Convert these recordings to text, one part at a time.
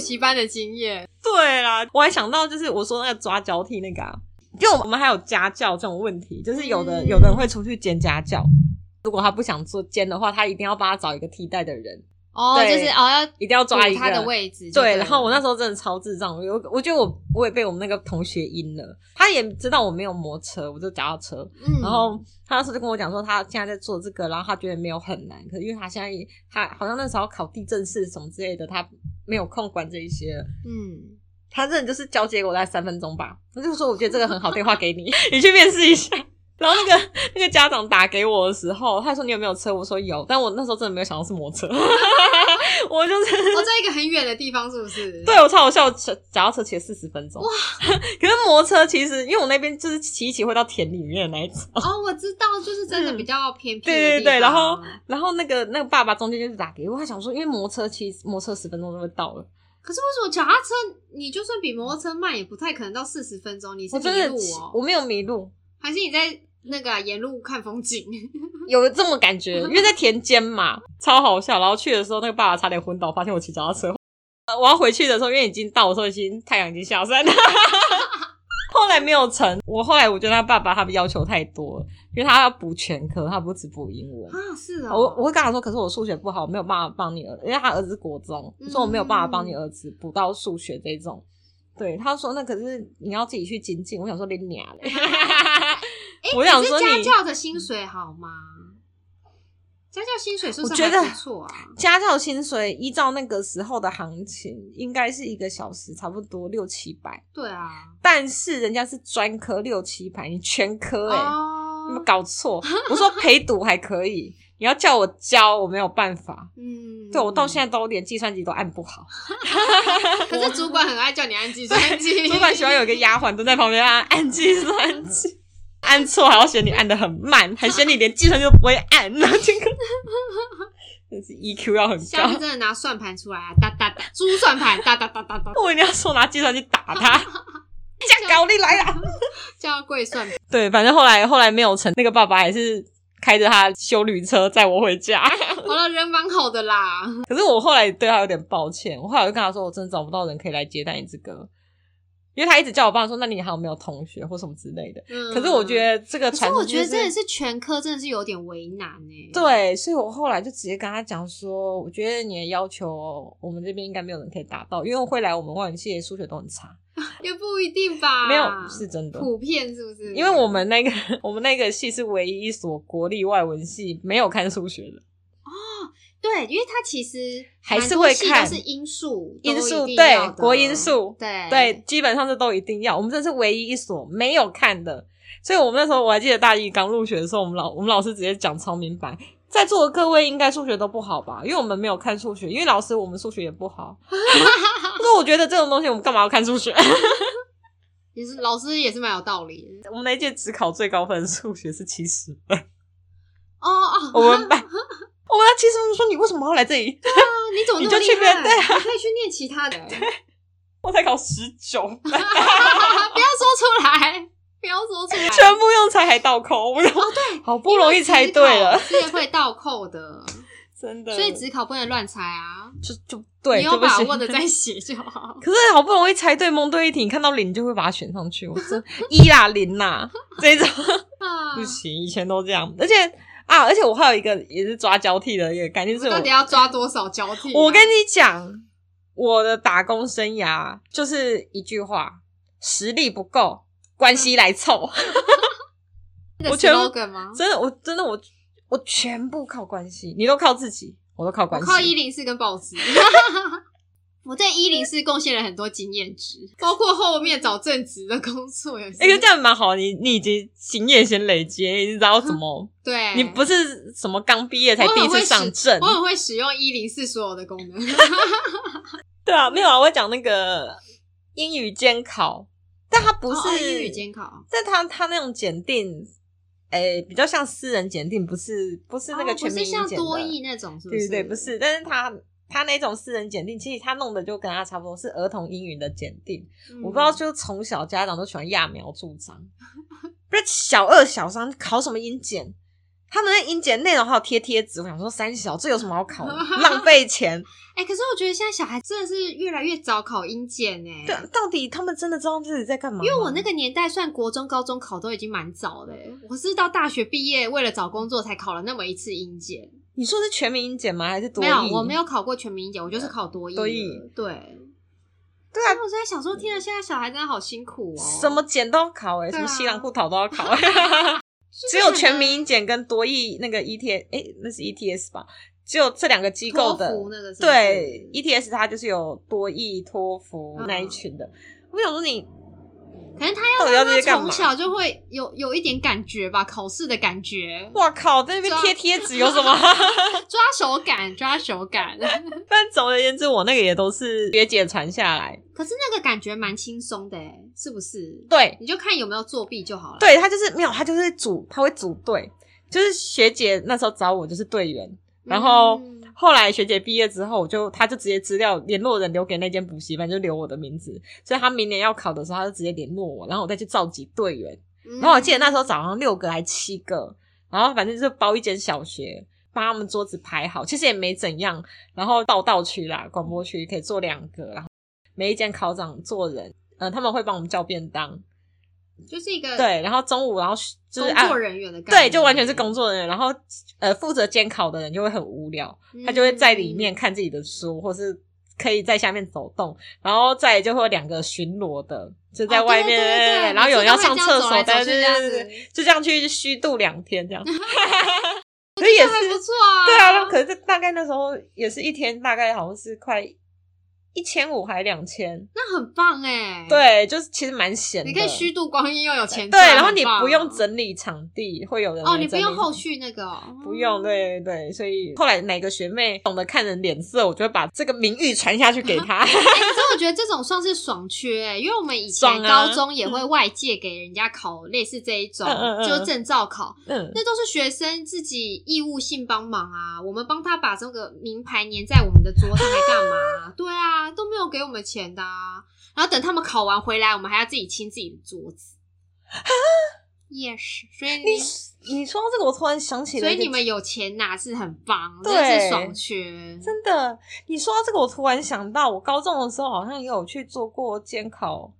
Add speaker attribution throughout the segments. Speaker 1: 习班的经验。
Speaker 2: 对啦，我还想到就是我说那个抓交替那个、啊，因为我们还有家教这种问题，就是有的、
Speaker 1: 嗯
Speaker 2: 有的人会出去兼家教，如果他不想做兼的话，他一定要帮他找一个替代的人，
Speaker 1: 哦，
Speaker 2: 对
Speaker 1: 就是哦要
Speaker 2: 一定要抓一
Speaker 1: 补
Speaker 2: 个
Speaker 1: 他的位置就
Speaker 2: 对，
Speaker 1: 对了。
Speaker 2: 然后我那时候真的超智障，我有我觉得我我也被我们那个同学阴了，他也知道我没有摩托车，我就脚踏车，
Speaker 1: 嗯，
Speaker 2: 然后他那时候就跟我讲说，他现在在做这个，然后他觉得没有很难，可是因为他现在也他好像那时候考地震室什么之类的，他没有空管这一些了。
Speaker 1: 嗯，
Speaker 2: 他真的就是交接给我大概三分钟吧，他就说我觉得这个很好，电话给你， 你去面试一下。然后那个那个家长打给我的时候，他说你有没有车？我说有，但我那时候真的没有想到是摩托车， 我就是
Speaker 1: 我哦在一个很远的地方，是不是？
Speaker 2: 对，我超好笑，我脚踏车骑了四十分钟。哇！可是摩托车其实，因为我那边就是骑一骑会到田里面的那一种。
Speaker 1: 哦，我知道，就是真的
Speaker 2: 嗯
Speaker 1: 比较偏僻的
Speaker 2: 对对
Speaker 1: 地
Speaker 2: 对，然
Speaker 1: 方
Speaker 2: 后然后那个那个爸爸中间就是打给我，他想说，因为摩托车骑摩托车十分钟就会到了，
Speaker 1: 可是为什么脚踏车你就算比摩托车慢，也不太可能到四十分钟？你是
Speaker 2: 我
Speaker 1: 迷
Speaker 2: 真的
Speaker 1: 路
Speaker 2: 骑
Speaker 1: 哦，
Speaker 2: 我没有迷路，
Speaker 1: 还是你在那个啊、沿路看风 景？
Speaker 2: 有这么感觉，因为在田间嘛，超好笑。然后去的时候，那个爸爸差点昏倒，发现我骑脚踏车。呃我要回去的时候，因为已经到的时候，已经太阳已经下山了。 后来没有成，我后来我觉得他爸爸他们要求太多了，因为他要补全科，他不只补英文。
Speaker 1: 啊，是哦，
Speaker 2: 我我会跟他说，可是我数学不好，我没有办法帮你儿，因为他儿子是国中，
Speaker 1: 嗯
Speaker 2: 说我没有办法帮你儿子补到数学这种。对，他说那可是你要自己去精进。我想说你娘嘞，
Speaker 1: 诶
Speaker 2: 我想
Speaker 1: 可
Speaker 2: 说
Speaker 1: 是家
Speaker 2: 你
Speaker 1: 教的薪水好吗？家教薪水说
Speaker 2: 我
Speaker 1: 是
Speaker 2: 觉得
Speaker 1: 还不错啊，
Speaker 2: 家教薪水依照那个时候的行情，应该是一个小时差不多六七百，
Speaker 1: 对啊，
Speaker 2: 但是人家是专科六七百，你全科哎、有没有
Speaker 1: 哦，
Speaker 2: 搞错？我说陪读还可以，你要叫我教我没有办法。
Speaker 1: 嗯，
Speaker 2: 对我到现在都连计算机都按不好。
Speaker 1: 在， 可是主管很爱叫你按计算机，
Speaker 2: 主管喜欢有一个丫鬟蹲在旁边让他按计算器， 按错还要嫌你按的很慢，还嫌你连计算器都不会按，然后这个 真是 EQ 要 很
Speaker 1: 下次
Speaker 2: 高。
Speaker 1: 真的拿算盘出来啊，哒哒哒，珠算盘，哒哒哒哒 哒，
Speaker 2: 我一定要说拿计算器 打他，这样搞你来啦！
Speaker 1: 叫贵算盘。
Speaker 2: 对，反正后来后来没有成，那个爸爸还是开着他修旅车载我回家。
Speaker 1: 好了，人蛮好的啦，
Speaker 2: 可是我后来对他有点抱歉，我后来就跟他说，我真的找不到人可以来接待你这个，因为他一直叫我爸说，那你还有没有同学或什么之类的。
Speaker 1: 嗯，
Speaker 2: 可是我觉。得这个
Speaker 1: 可是
Speaker 2: 传统
Speaker 1: 我
Speaker 2: 就
Speaker 1: 觉
Speaker 2: 是，
Speaker 1: 得真的是全科，真的是有点为难哎、欸。，
Speaker 2: 对，所以我后来就直接跟他讲说，我觉得你的要求，我们这边应该没有人可以达到，因为会来我们外文系的数学都很差，
Speaker 1: 也不一定吧。
Speaker 2: 没有是真的。
Speaker 1: 普遍是不是？
Speaker 2: 因为我们那个我们那个系是唯一一所国立外文系没有看数学的，
Speaker 1: 对，因为它其实
Speaker 2: 还
Speaker 1: 蛮
Speaker 2: 是
Speaker 1: 多
Speaker 2: 会
Speaker 1: 系都
Speaker 2: 看
Speaker 1: 是因素，
Speaker 2: 因
Speaker 1: 都一
Speaker 2: 素
Speaker 1: 定
Speaker 2: 对
Speaker 1: 要的
Speaker 2: 国因素
Speaker 1: 对
Speaker 2: 对，，基本上这都一定要。我们这是唯一一所没有看的，所以我们那时候我还记得大一刚入学的时候，我们老我们老师直接讲超明白，在座的各位应该数学都不好吧？因为我们没有看数学，因为老师我们数学也不好。 所以我觉得这种东西我们干嘛要看数学？
Speaker 1: 也是老师也是蛮有道理的。
Speaker 2: 我们那一届只考最高分数学是七十分，
Speaker 1: 哦哦，
Speaker 2: 我们班。 我们那七十分说你为什么要来这里？
Speaker 1: 啊你怎么那
Speaker 2: 你
Speaker 1: 么
Speaker 2: 就
Speaker 1: 厉
Speaker 2: 去
Speaker 1: 害？
Speaker 2: 面对啊
Speaker 1: 你可以去念其他的、
Speaker 2: 我才考十九分，
Speaker 1: 不要说出来，不要说出来。
Speaker 2: 全部用猜还倒扣。哦，对， 好不容易猜对了，
Speaker 1: 是会倒扣的，
Speaker 2: 真的。
Speaker 1: 所以只考不能乱猜啊。
Speaker 2: 就就对，
Speaker 1: 你有
Speaker 2: 对不
Speaker 1: 把
Speaker 2: 起
Speaker 1: 握的再写就好。
Speaker 2: 可是好不容易猜对蒙对一题，你看到零就会把它选上去。我真一啦零啦 这种
Speaker 1: 啊
Speaker 2: 不行，以前都这样。而且啊，而且我还有一个也是抓交替的一个概念，就 是
Speaker 1: 到底
Speaker 2: 我
Speaker 1: 要抓多少交替啊、
Speaker 2: 我跟你讲，我的打工生涯就是一句话：实力不够，关系来凑。
Speaker 1: 哦你的
Speaker 2: 我全部
Speaker 1: slogan 吗？
Speaker 2: 真的，我真的我我全部靠关系，你都靠自己，我都靠
Speaker 1: 我
Speaker 2: 关系。
Speaker 1: 靠一零四跟报纸。 我在一零四贡献了很多经验值，包括后面找正职的工作也是。
Speaker 2: 哎、可是这样蛮好，你你已经经验先累积，你知道怎么。
Speaker 1: 对，
Speaker 2: 你不是什么刚毕业才
Speaker 1: 我
Speaker 2: 第
Speaker 1: 很
Speaker 2: 一次
Speaker 1: 会
Speaker 2: 上
Speaker 1: 使
Speaker 2: 阵
Speaker 1: 嗯我，很会使用一零四所有的功能。
Speaker 2: 对啊，没有啊，我讲那个英语监考，但它 不
Speaker 1: 不
Speaker 2: 是、
Speaker 1: 哦英语，监考，
Speaker 2: 但它它那种检定，诶、比较像私人检定，不是不是那个
Speaker 1: 哦不
Speaker 2: 全
Speaker 1: 是
Speaker 2: 民
Speaker 1: 像
Speaker 2: 英检的，
Speaker 1: 多益那种，是不
Speaker 2: 对
Speaker 1: 是？
Speaker 2: 对对，不。是，但是它它那种私人检定，其实它弄的就跟它差不多，是儿童英语的检定。我不知
Speaker 1: 嗯
Speaker 2: 道，就从小 家长都喜欢揠苗助长，不是小二小三考什么英检，他们的英检内容还有贴贴纸，我想说三小这有什么好考的？浪 费钱。
Speaker 1: 哎、可是我觉得现在小孩真的是越来越早考英检哎、
Speaker 2: 对，啊到底他们真的知道自己在干嘛吗？
Speaker 1: 因为我那个年代算国中、高中考都已经蛮早的、欸，我是到大学毕业为了找工作才考了那么一次英检。
Speaker 2: 你说是全民英检吗？还是多
Speaker 1: 没
Speaker 2: 益？
Speaker 1: 有，我没有考过全民英检，我就是考多一。
Speaker 2: 多益
Speaker 1: 对。
Speaker 2: 对
Speaker 1: 所
Speaker 2: 啊
Speaker 1: 以我在想说，天啊，现在小孩真的好辛苦哦。
Speaker 2: 什么？检都要考哎、
Speaker 1: 对
Speaker 2: 什
Speaker 1: 啊
Speaker 2: 么西兰裤头都要考，欸 只有全民英检跟多益那个 ET 哎、那是 ETS 吧？只有这两个机构的
Speaker 1: 托福那个是不是
Speaker 2: 对 ETS 它就是有多益、托福
Speaker 1: 嗯
Speaker 2: 那一群的。我想说你
Speaker 1: 可能他
Speaker 2: 到底
Speaker 1: 要
Speaker 2: 要
Speaker 1: 让
Speaker 2: 这些
Speaker 1: 他
Speaker 2: 干
Speaker 1: 从
Speaker 2: 嘛？
Speaker 1: 小就会有有一点感觉吧，考试的感觉，
Speaker 2: 哇靠，在那边
Speaker 1: 抓
Speaker 2: 贴贴纸 有什么？
Speaker 1: 抓手感，抓手感。
Speaker 2: 但总而言之，我那个也都是学姐传下来。
Speaker 1: 可是那个感觉蛮轻松的、欸，是不是？
Speaker 2: 对
Speaker 1: 你就看有没有作弊就好了。
Speaker 2: 对，她就是没有，她就是组，她会组队。就是学姐那时候找我就是队员，
Speaker 1: 嗯，
Speaker 2: 然后后来学姐毕业之后，我就她就直接资料联络人留给那间补习班，就留我的名字，所以她明年要考的时候，她就直接联络我，然后我再去召集队员。
Speaker 1: 嗯
Speaker 2: 然后我记得那时候早上六个还七个，然后反正就是包一间小学，帮他们桌子排好，其实也没怎样。然后报道区啦，广播区可以坐两个，然后每一间考长坐人，呃，他们会帮我们叫便当，
Speaker 1: 就是一个
Speaker 2: 对，然后中午然后就
Speaker 1: 嗯
Speaker 2: 是
Speaker 1: 工
Speaker 2: 啊
Speaker 1: 作人员的感觉，
Speaker 2: 对，就完全是工作人员，然后呃，负责监考的人就会很无聊，
Speaker 1: 嗯，
Speaker 2: 他就会在里面看自己的书，或是可以在下面走动，然后再来就会有两个巡逻的，就在
Speaker 1: 哦
Speaker 2: 外
Speaker 1: 对
Speaker 2: 面，
Speaker 1: 对对对每
Speaker 2: 然后有人要上厕所，
Speaker 1: 次都
Speaker 2: 但
Speaker 1: 会这
Speaker 2: 是
Speaker 1: 样走来走去这样子
Speaker 2: 就这样去虚度两天 这样。可是也
Speaker 1: 还
Speaker 2: 是
Speaker 1: 不错啊。
Speaker 2: 对啊，可是大概那时候也是一天，大概好像是快一千五还两千，
Speaker 1: 那很棒哎。，
Speaker 2: 对，就是其实蛮闲的。
Speaker 1: 你可以虚度光阴又有钱赚，
Speaker 2: 对，然后你
Speaker 1: 很棒啊
Speaker 2: 不用整理场地，会有人
Speaker 1: 哦，
Speaker 2: 来
Speaker 1: 你不
Speaker 2: 整理
Speaker 1: 用
Speaker 2: 场
Speaker 1: 后
Speaker 2: 地
Speaker 1: 续那个哦，
Speaker 2: 不用，对对对，所以后来哪个学妹懂得看人脸色，我就会把这个名誉传下去 给她。
Speaker 1: 哎。可是我觉得这种算是爽缺欸，因为我们以前
Speaker 2: 爽啊
Speaker 1: 高中也会外借给人家考类似这一种
Speaker 2: 嗯嗯，嗯
Speaker 1: 就证照考，
Speaker 2: 嗯，
Speaker 1: 那都是学生自己义务性帮忙啊，我们帮他把这个名牌粘在我们的桌上，还干嘛？对啊， 都没有给我们钱的、啊。然后等他们考完回来，我们还要自己清自己的桌子。也是，所以你
Speaker 2: 啊你你说到这个，我突然想起
Speaker 1: 所
Speaker 2: 了一
Speaker 1: 以
Speaker 2: 个，
Speaker 1: 你们有钱拿是很棒，
Speaker 2: 对
Speaker 1: 真的是爽缺。
Speaker 2: 真的，你说到这个，我突然想到，我高中的时候好像也有去做过监考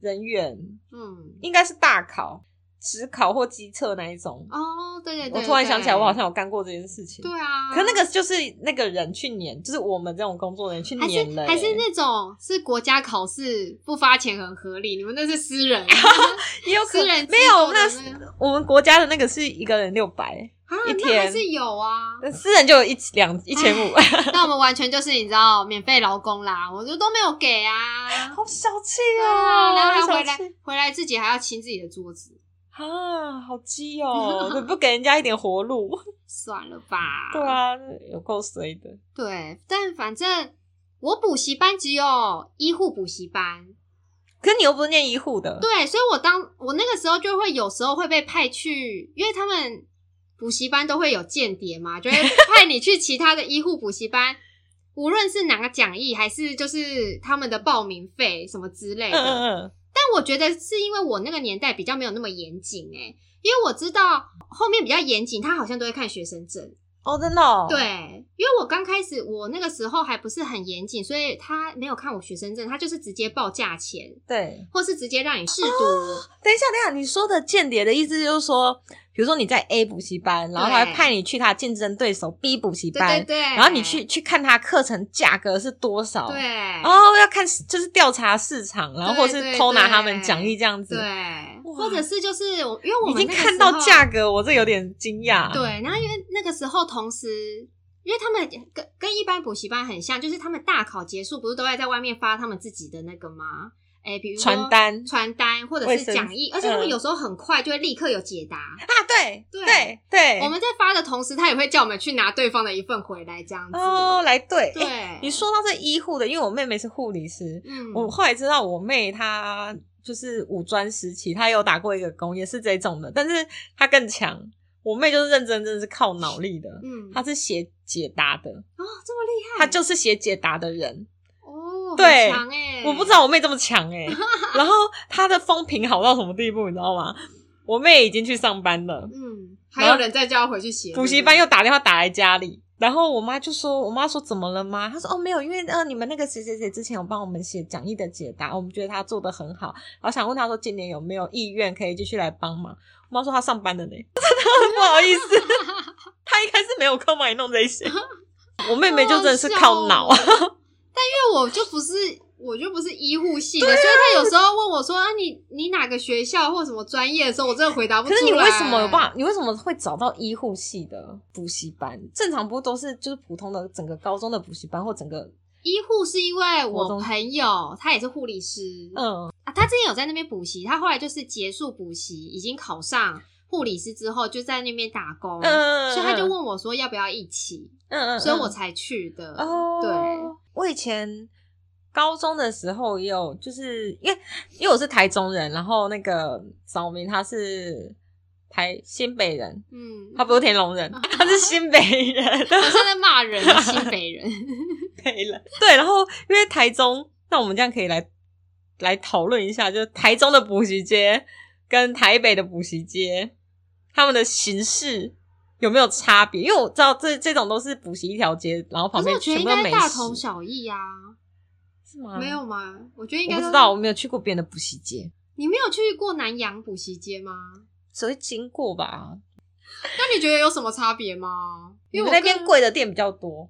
Speaker 2: 人员，
Speaker 1: 嗯，
Speaker 2: 应该是大考、职考或机测那一种。
Speaker 1: 哦，对对对
Speaker 2: 我突然想起来，我好
Speaker 1: 像
Speaker 2: 像有干过这件事情。
Speaker 1: 对啊，
Speaker 2: 可那个就是那个人去撵，就是我们这种工作人员去
Speaker 1: 还
Speaker 2: 撵
Speaker 1: 是
Speaker 2: 了、
Speaker 1: 还是
Speaker 2: 欸
Speaker 1: 那种是国家考试不发钱很合理，你们那是私人，
Speaker 2: 也 有可
Speaker 1: 私人
Speaker 2: 能
Speaker 1: 机
Speaker 2: 没有
Speaker 1: 构的
Speaker 2: 那
Speaker 1: 那个
Speaker 2: 我们国家的那个是一个人六百，
Speaker 1: 啊，
Speaker 2: 一
Speaker 1: 那
Speaker 2: 天
Speaker 1: 还是有啊。
Speaker 2: 私人就有一起
Speaker 1: 哎
Speaker 2: 两一千五，
Speaker 1: 那我们完全就是你知道免费劳工啦，我就都没有给啊。
Speaker 2: 好小气
Speaker 1: 啊，
Speaker 2: 哦，
Speaker 1: 然后还回
Speaker 2: 好小
Speaker 1: 来
Speaker 2: 气
Speaker 1: 回来自己还要清自己的桌子，
Speaker 2: 啊，好鸡 哦，怎么不给人家一点活路？
Speaker 1: 算了吧。
Speaker 2: 对，啊，有够衰的。
Speaker 1: 对，但反正我补习班只有医护补习班，
Speaker 2: 可是你又不是念医护的，
Speaker 1: 对，所以我当我那个时候就会有时候会被派去，因为他们补习班都会有间谍嘛，就会派你去其他的医护补习班，无论是哪个讲义还是就是他们的报名费什么之类
Speaker 2: 嗯
Speaker 1: 的，
Speaker 2: 嗯嗯，
Speaker 1: 但我觉得是因为我那个年代比较没有那么严谨哎，因为我知道后面比较严谨，他好像都会看学生证。
Speaker 2: 哦，真的、哦，，
Speaker 1: 对，因为我刚开始我那个时候还不是很严谨，所以他没有看我学生证，他就是直接报价钱，
Speaker 2: 对。
Speaker 1: 或是直接让你试读。
Speaker 2: 等一下，等一下，你说的间谍的意思就是说，比如说你在 A 补习班，然后他会
Speaker 1: 对
Speaker 2: 派你去他竞争对手 B 补习
Speaker 1: 对
Speaker 2: 班，
Speaker 1: 对对，
Speaker 2: 然后你去去看他课程价格是多少，
Speaker 1: 对，
Speaker 2: 哦，要看就是调查市场，然后或
Speaker 1: 对
Speaker 2: 是
Speaker 1: 对
Speaker 2: 偷拿
Speaker 1: 对
Speaker 2: 他们讲义这样子。
Speaker 1: 对，
Speaker 2: 哇
Speaker 1: 或者是就是我，因为我
Speaker 2: 已
Speaker 1: 们
Speaker 2: 经
Speaker 1: 那个
Speaker 2: 看
Speaker 1: 时
Speaker 2: 到
Speaker 1: 候
Speaker 2: 价格，我这有点惊讶。，
Speaker 1: 对，然后因为那个时候同时，因为他们跟跟一般补习班很像，就是他们大考结束不是都会在外面发他们自己的那个吗？哎，比如说
Speaker 2: 传单
Speaker 1: 传单或者
Speaker 2: 卫
Speaker 1: 是
Speaker 2: 生
Speaker 1: 讲义，而且他们
Speaker 2: 嗯
Speaker 1: 有时候很快就会立刻有解答。
Speaker 2: 啊，对
Speaker 1: 对
Speaker 2: 对对，
Speaker 1: 我们在发的同时，他也会叫我们去拿对方的一份回来，这样子。
Speaker 2: 哦来对。
Speaker 1: 对，
Speaker 2: 诶你说到这医护的，因为我妹妹是护理师，
Speaker 1: 嗯，
Speaker 2: 我后来知道我妹她就是五专时期，她有打过一个工，也是这种的，但是她更强。我妹就是认真，真的是靠脑力的，
Speaker 1: 嗯，
Speaker 2: 她是写解答的，
Speaker 1: 哦，这么厉害，
Speaker 2: 她就是写解答的人。
Speaker 1: 哦，很
Speaker 2: 对
Speaker 1: 强哎，
Speaker 2: 我不知道我妹这么 强哎、然后她的风评好到什么地步，你知道吗？我妹已经去上班了，
Speaker 1: 嗯，还有人再叫他回去写
Speaker 2: 补习班又打电话打来家里，然后我妈就说：“我妈说怎么了吗？”她说：“哦，没有，因为呃，你们那个谁谁谁之前有帮我们写讲义的解答，我们觉得他做的很好，然后想问他说今年有没有意愿可以继续来帮忙。”我妈说她上班了呢， 不好意思， 她应该是没有空帮你弄 这些。我妹妹就真的是靠
Speaker 1: 哦
Speaker 2: 脑，啊
Speaker 1: 因为我就不是我就不是医护系的，
Speaker 2: 啊
Speaker 1: 所以他有时候问我说啊，你你哪个学校或什么专业的时候，我真的回答不出
Speaker 2: 可
Speaker 1: 来。
Speaker 2: 是你为什么有办法？你为什么会找到医护系的补习班？正常不都是就是普通的整个高中的补习班或整个
Speaker 1: 医护是因为
Speaker 2: 国
Speaker 1: 我
Speaker 2: 中
Speaker 1: 朋友他也是护理师，
Speaker 2: 嗯
Speaker 1: 啊，他之前有在那边补习，他后来就是结束补习，已经考上护理师之后，就在那边打工，
Speaker 2: 嗯，
Speaker 1: 所以他就
Speaker 2: 嗯
Speaker 1: 问我说要不要一起，
Speaker 2: 嗯嗯，
Speaker 1: 所以我
Speaker 2: 嗯
Speaker 1: 才去的。
Speaker 2: 哦，
Speaker 1: 对，，
Speaker 2: 我以前高中的时候也有，就是因为因为我是台中人，然后那个扫明他是台新北人，
Speaker 1: 嗯，
Speaker 2: 他不是天龙人，他是新北人，
Speaker 1: 我现在骂人，新北人，
Speaker 2: 北人。对，然后因为台中，那我们这样可以来来讨论一下，就是台中的补习街跟台北的补习街，他们的形式。有没有差别？因为我知道这这种都是补习一条街，然后
Speaker 1: 可
Speaker 2: 旁
Speaker 1: 是
Speaker 2: 边
Speaker 1: 我觉得应
Speaker 2: 全部都
Speaker 1: 该
Speaker 2: 美
Speaker 1: 大
Speaker 2: 食
Speaker 1: 同小异呀、
Speaker 2: 是吗？
Speaker 1: 没有吗？我觉得应
Speaker 2: 我
Speaker 1: 该
Speaker 2: 不
Speaker 1: 都
Speaker 2: 知道，我没有去过别人的补习街，
Speaker 1: 你没有去过南洋补习街吗？
Speaker 2: 只会经过吧。
Speaker 1: 那你觉得有什么差别吗？因为
Speaker 2: 你
Speaker 1: 我
Speaker 2: 们那
Speaker 1: 跟
Speaker 2: 边贵的店比较多，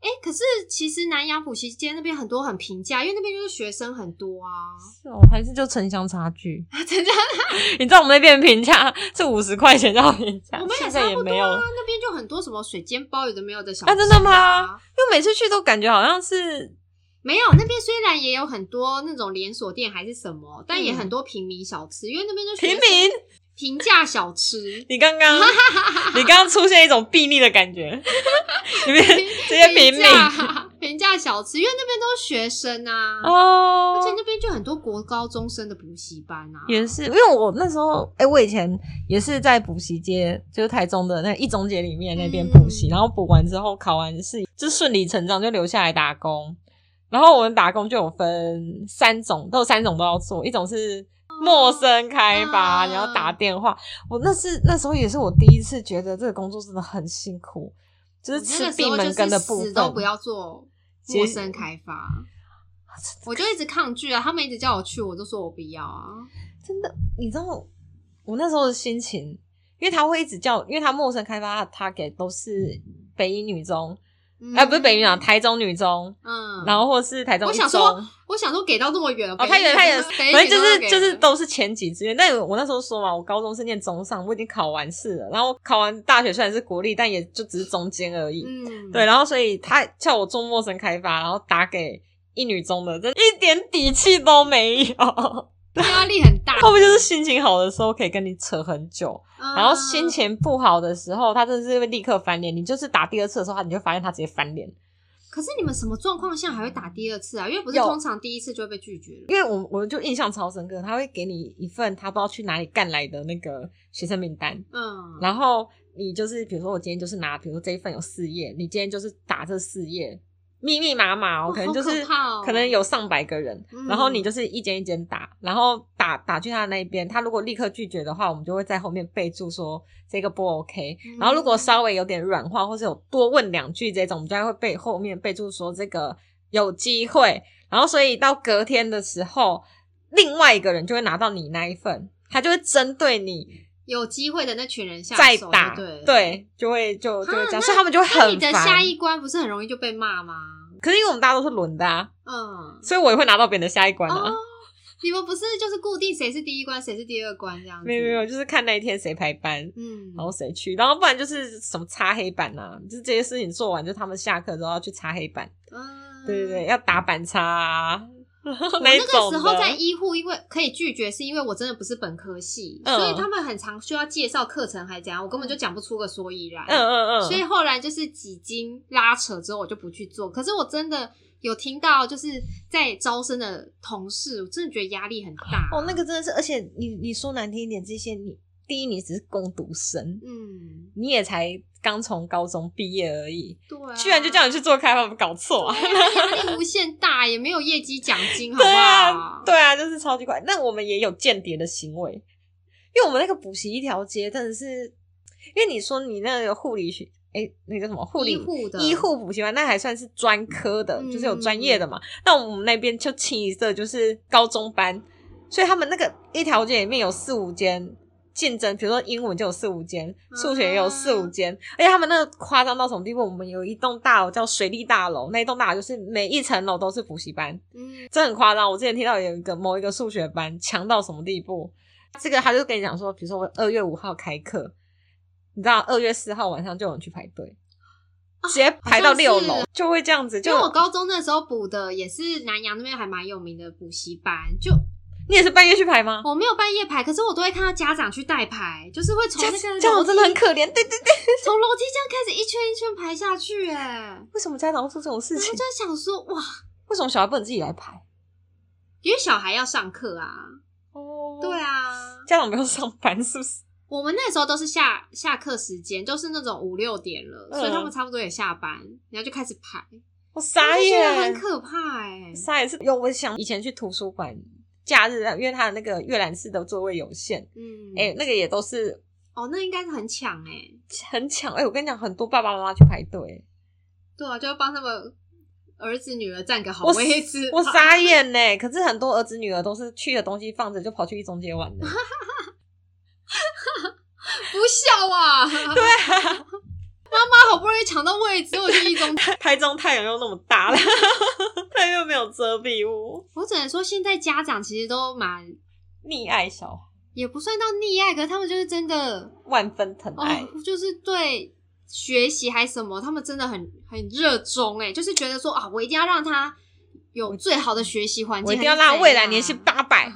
Speaker 1: 哎、可是其实南洋补习街那边很多很平价，因为那边就是学生很多啊。
Speaker 2: 是哦，还是就城乡差距？
Speaker 1: 真的，
Speaker 2: 你知道我们那边评价是五十块钱叫评价，
Speaker 1: 我们也
Speaker 2: 现
Speaker 1: 差
Speaker 2: 在
Speaker 1: 不
Speaker 2: 也
Speaker 1: 多
Speaker 2: 没有
Speaker 1: 啊
Speaker 2: 了。。
Speaker 1: 那边就很多什么水煎包，有的没有的小、
Speaker 2: 啊真的吗？因为每次去都感觉好像是
Speaker 1: 没有，那边虽然也有很多那种连锁店还是什么，但也
Speaker 2: 嗯
Speaker 1: 很多平民小吃，因为那边就学
Speaker 2: 平
Speaker 1: 生
Speaker 2: 民。
Speaker 1: 平价小吃。
Speaker 2: 你刚 刚你刚刚出现一种避逆的感觉， 你们 这些平民
Speaker 1: 价平价小吃，因为那边都是学生啊，
Speaker 2: 哦
Speaker 1: 而且那边就很多国高中生的补习班啊。
Speaker 2: 也是，因为我那时候，哎、我以前也是在补习街，就是台中的那一中街里面那边补习，
Speaker 1: 嗯
Speaker 2: 然后补完之后考完试，就顺理成章就留下来打工。然后我们打工就有分三种，都有三种都要做，一种是陌生开发，
Speaker 1: 嗯
Speaker 2: 你要打电话。我那是那时候也是我第一次觉得这个工作真的很辛苦，就
Speaker 1: 我
Speaker 2: 是
Speaker 1: 那
Speaker 2: 吃
Speaker 1: 个时
Speaker 2: 闭
Speaker 1: 候就
Speaker 2: 门
Speaker 1: 是
Speaker 2: 羹的部分。啊
Speaker 1: 死都不要做
Speaker 2: 其实
Speaker 1: 陌生开发。我就一直抗拒啊，他们一直叫我去，我就说我不要啊。
Speaker 2: 真的，你知道我那时候的心情，因为他会一直叫，因为他陌生开发他给都是北一女中，
Speaker 1: 嗯
Speaker 2: 哎、不是北一女中，台中女中，
Speaker 1: 嗯，
Speaker 2: 然后或是台中
Speaker 1: 我
Speaker 2: 一
Speaker 1: 想
Speaker 2: 中。
Speaker 1: 说我想说给到这么远了，
Speaker 2: 哦，太远太远，
Speaker 1: 北一女
Speaker 2: 反正就
Speaker 1: 都
Speaker 2: 是
Speaker 1: 给
Speaker 2: 就是
Speaker 1: 了
Speaker 2: 都是前几志愿。但我那时候说嘛，我高中是念中上，我已经考完试了，然后考完大学虽然是国立，但也就只是中间而已。
Speaker 1: 嗯，
Speaker 2: 对，然后所以他叫我做陌生开发，然后打给一女中的，这一点底气都没有。
Speaker 1: 压啊力很大。
Speaker 2: 会不会就是心情好的时候可以跟你扯很久？
Speaker 1: 嗯
Speaker 2: 然后心情不好的时候，他真的是会立刻翻脸。你就是打第二次的时候，他你就发现他直接翻脸。
Speaker 1: 可是你们什么状况下还会打第二次啊？因为不是
Speaker 2: 有
Speaker 1: 通常第一次就会被拒绝了。
Speaker 2: 因为我我就印象超深刻，他会给你一份他不知道去哪里干来的那个学生名单，
Speaker 1: 嗯，
Speaker 2: 然后你就是比如说我今天就是拿，比如说这一份有四页，你今天就是打这四页，密密麻麻、哦，
Speaker 1: 哇
Speaker 2: 可能
Speaker 1: 好
Speaker 2: 就是
Speaker 1: 可怕哦
Speaker 2: 可能有上百个人，
Speaker 1: 嗯
Speaker 2: 然后你就是一间一间打，然后打打去他那一边，他如果立刻拒绝的话，我们就会在后面备注说这个不 OK，、
Speaker 1: 嗯
Speaker 2: 然后如果稍微有点软化或是有多问两句这种，我们就会备后面备注说这个有机会，然后所以到隔天的时候，另外一个人就会拿到你那一份，他就会针对你
Speaker 1: 有机会的那群人下
Speaker 2: 再
Speaker 1: 手就
Speaker 2: 打，
Speaker 1: 对了，
Speaker 2: 就会就就会
Speaker 1: 啊
Speaker 2: 这样，所以他们就会
Speaker 1: 那你
Speaker 2: 很
Speaker 1: 的
Speaker 2: 烦。
Speaker 1: 下一关不是很容易就被骂吗？
Speaker 2: 可是因为我们大家都是轮的、啊，
Speaker 1: 嗯，
Speaker 2: 所以我也会拿到别人的下一关啊。
Speaker 1: 哦，你们不是就是固定谁是第一关，谁是第二关这样子？
Speaker 2: 没有没有，，就是看那一天谁排班，
Speaker 1: 嗯，
Speaker 2: 然后谁去，然后不然就是什么擦黑板啊，就是这些事情做完，就他们下课都要去擦黑板，
Speaker 1: 嗯，
Speaker 2: 对对对，要打板擦啊，然后
Speaker 1: 我
Speaker 2: 那
Speaker 1: 那
Speaker 2: 一
Speaker 1: 个
Speaker 2: 种
Speaker 1: 时候
Speaker 2: 的
Speaker 1: 在医护，因为可以拒绝，是因为我真的不是本科系，
Speaker 2: 嗯
Speaker 1: 所以他们很常需要介绍课程，还怎样，我根本就讲不出个所以然。
Speaker 2: 嗯嗯嗯，
Speaker 1: 所以后来就是几经拉扯之后，我就不去做。可是我真的有听到，就是在招生的同事，我真的觉得压力很大。
Speaker 2: 哦，那个真的是，而且你你说难听一点，这些你第一你只是攻读生，
Speaker 1: 嗯，
Speaker 2: 你也才刚从高中毕业而已，
Speaker 1: 对、啊，
Speaker 2: 居然就叫你去做开发，不搞错啊！
Speaker 1: 压力无限大，也没有业绩奖金，好不
Speaker 2: 对
Speaker 1: 好？
Speaker 2: 啊，对啊，就是超级快。那我们也有间谍的行为，因为我们那个补习一条街真的是，因为你说你那个护理学，哎、那个叫什么护理
Speaker 1: 医护的
Speaker 2: 医护补习班，那还算是专科的，
Speaker 1: 嗯
Speaker 2: 就是有专业的嘛。那我们那边就清一色就是高中班，所以他们那个一条街里面有四五间竞争，比如说英文就有四五间，
Speaker 1: 啊
Speaker 2: 数学也有四五间，而且他们那个夸张到什么地步？我们有一栋大楼叫水利大楼，那一栋大楼就是每一层楼都是补习班，
Speaker 1: 嗯，
Speaker 2: 这很夸张。我之前听到有一个某一个数学班强到什么地步，这个他就跟你讲说，比如说我二月五号开课，你知道二月四号晚上就有人去排队，
Speaker 1: 啊
Speaker 2: 直接排到六楼，就会这样子。
Speaker 1: 因
Speaker 2: 就
Speaker 1: 为我高中那时候补的也是南洋那边还蛮有名的补习班，就
Speaker 2: 你也是半夜去排吗？
Speaker 1: 我没有半夜排，可是我都会看到家长去代排，就是会从
Speaker 2: 这
Speaker 1: 那
Speaker 2: 样
Speaker 1: 个
Speaker 2: 子这样我
Speaker 1: 楼
Speaker 2: 真的很
Speaker 1: 梯
Speaker 2: 可怜。对对对，
Speaker 1: 从楼梯这样开始一圈一圈排下去、欸，哎，
Speaker 2: 为什么家长会做这种事
Speaker 1: 然后
Speaker 2: 情
Speaker 1: 就？在想说哇，
Speaker 2: 为什么小孩不能自己来排？
Speaker 1: 因为小孩要上课啊，
Speaker 2: 哦
Speaker 1: 对，啊，
Speaker 2: 家长没有上班是不是？
Speaker 1: 我们那时候都是下下课时间，都是那种五六点了，
Speaker 2: 嗯
Speaker 1: 所以他们差不多也下班，然后就开始排，
Speaker 2: 我傻
Speaker 1: 我就觉得
Speaker 2: 眼
Speaker 1: 很，可怕哎、
Speaker 2: 傻眼是有。我想以前去图书馆。假日啊，因为他的那个阅览室的座位有限，
Speaker 1: 嗯，
Speaker 2: 哎、那个也都是
Speaker 1: 哦，那应该是很抢哎、
Speaker 2: 很抢哎、我跟你讲，很多爸爸妈妈去排队、
Speaker 1: 对啊，就要帮他们儿子女儿占个好
Speaker 2: 我
Speaker 1: 位置。
Speaker 2: 我傻眼呢、可是很多儿子女儿都是去的东西放着就跑去一中街玩的，
Speaker 1: 不孝啊！ 对啊，妈妈好不容易抢到位置，我去一中。
Speaker 2: 台中太阳又那么大了， 太阳又没有遮蔽物，
Speaker 1: 我只能说，现在家长其实都蛮
Speaker 2: 溺爱小孩
Speaker 1: 也不算到溺爱，可是他们就是真的
Speaker 2: 万分疼
Speaker 1: 哦
Speaker 2: 爱。，
Speaker 1: 就是对学习还什么，他们真的很很热衷哎，就是觉得说啊，我一定要让他有最好的学习环境，
Speaker 2: 我一定要让未来年
Speaker 1: 啊
Speaker 2: 薪八百，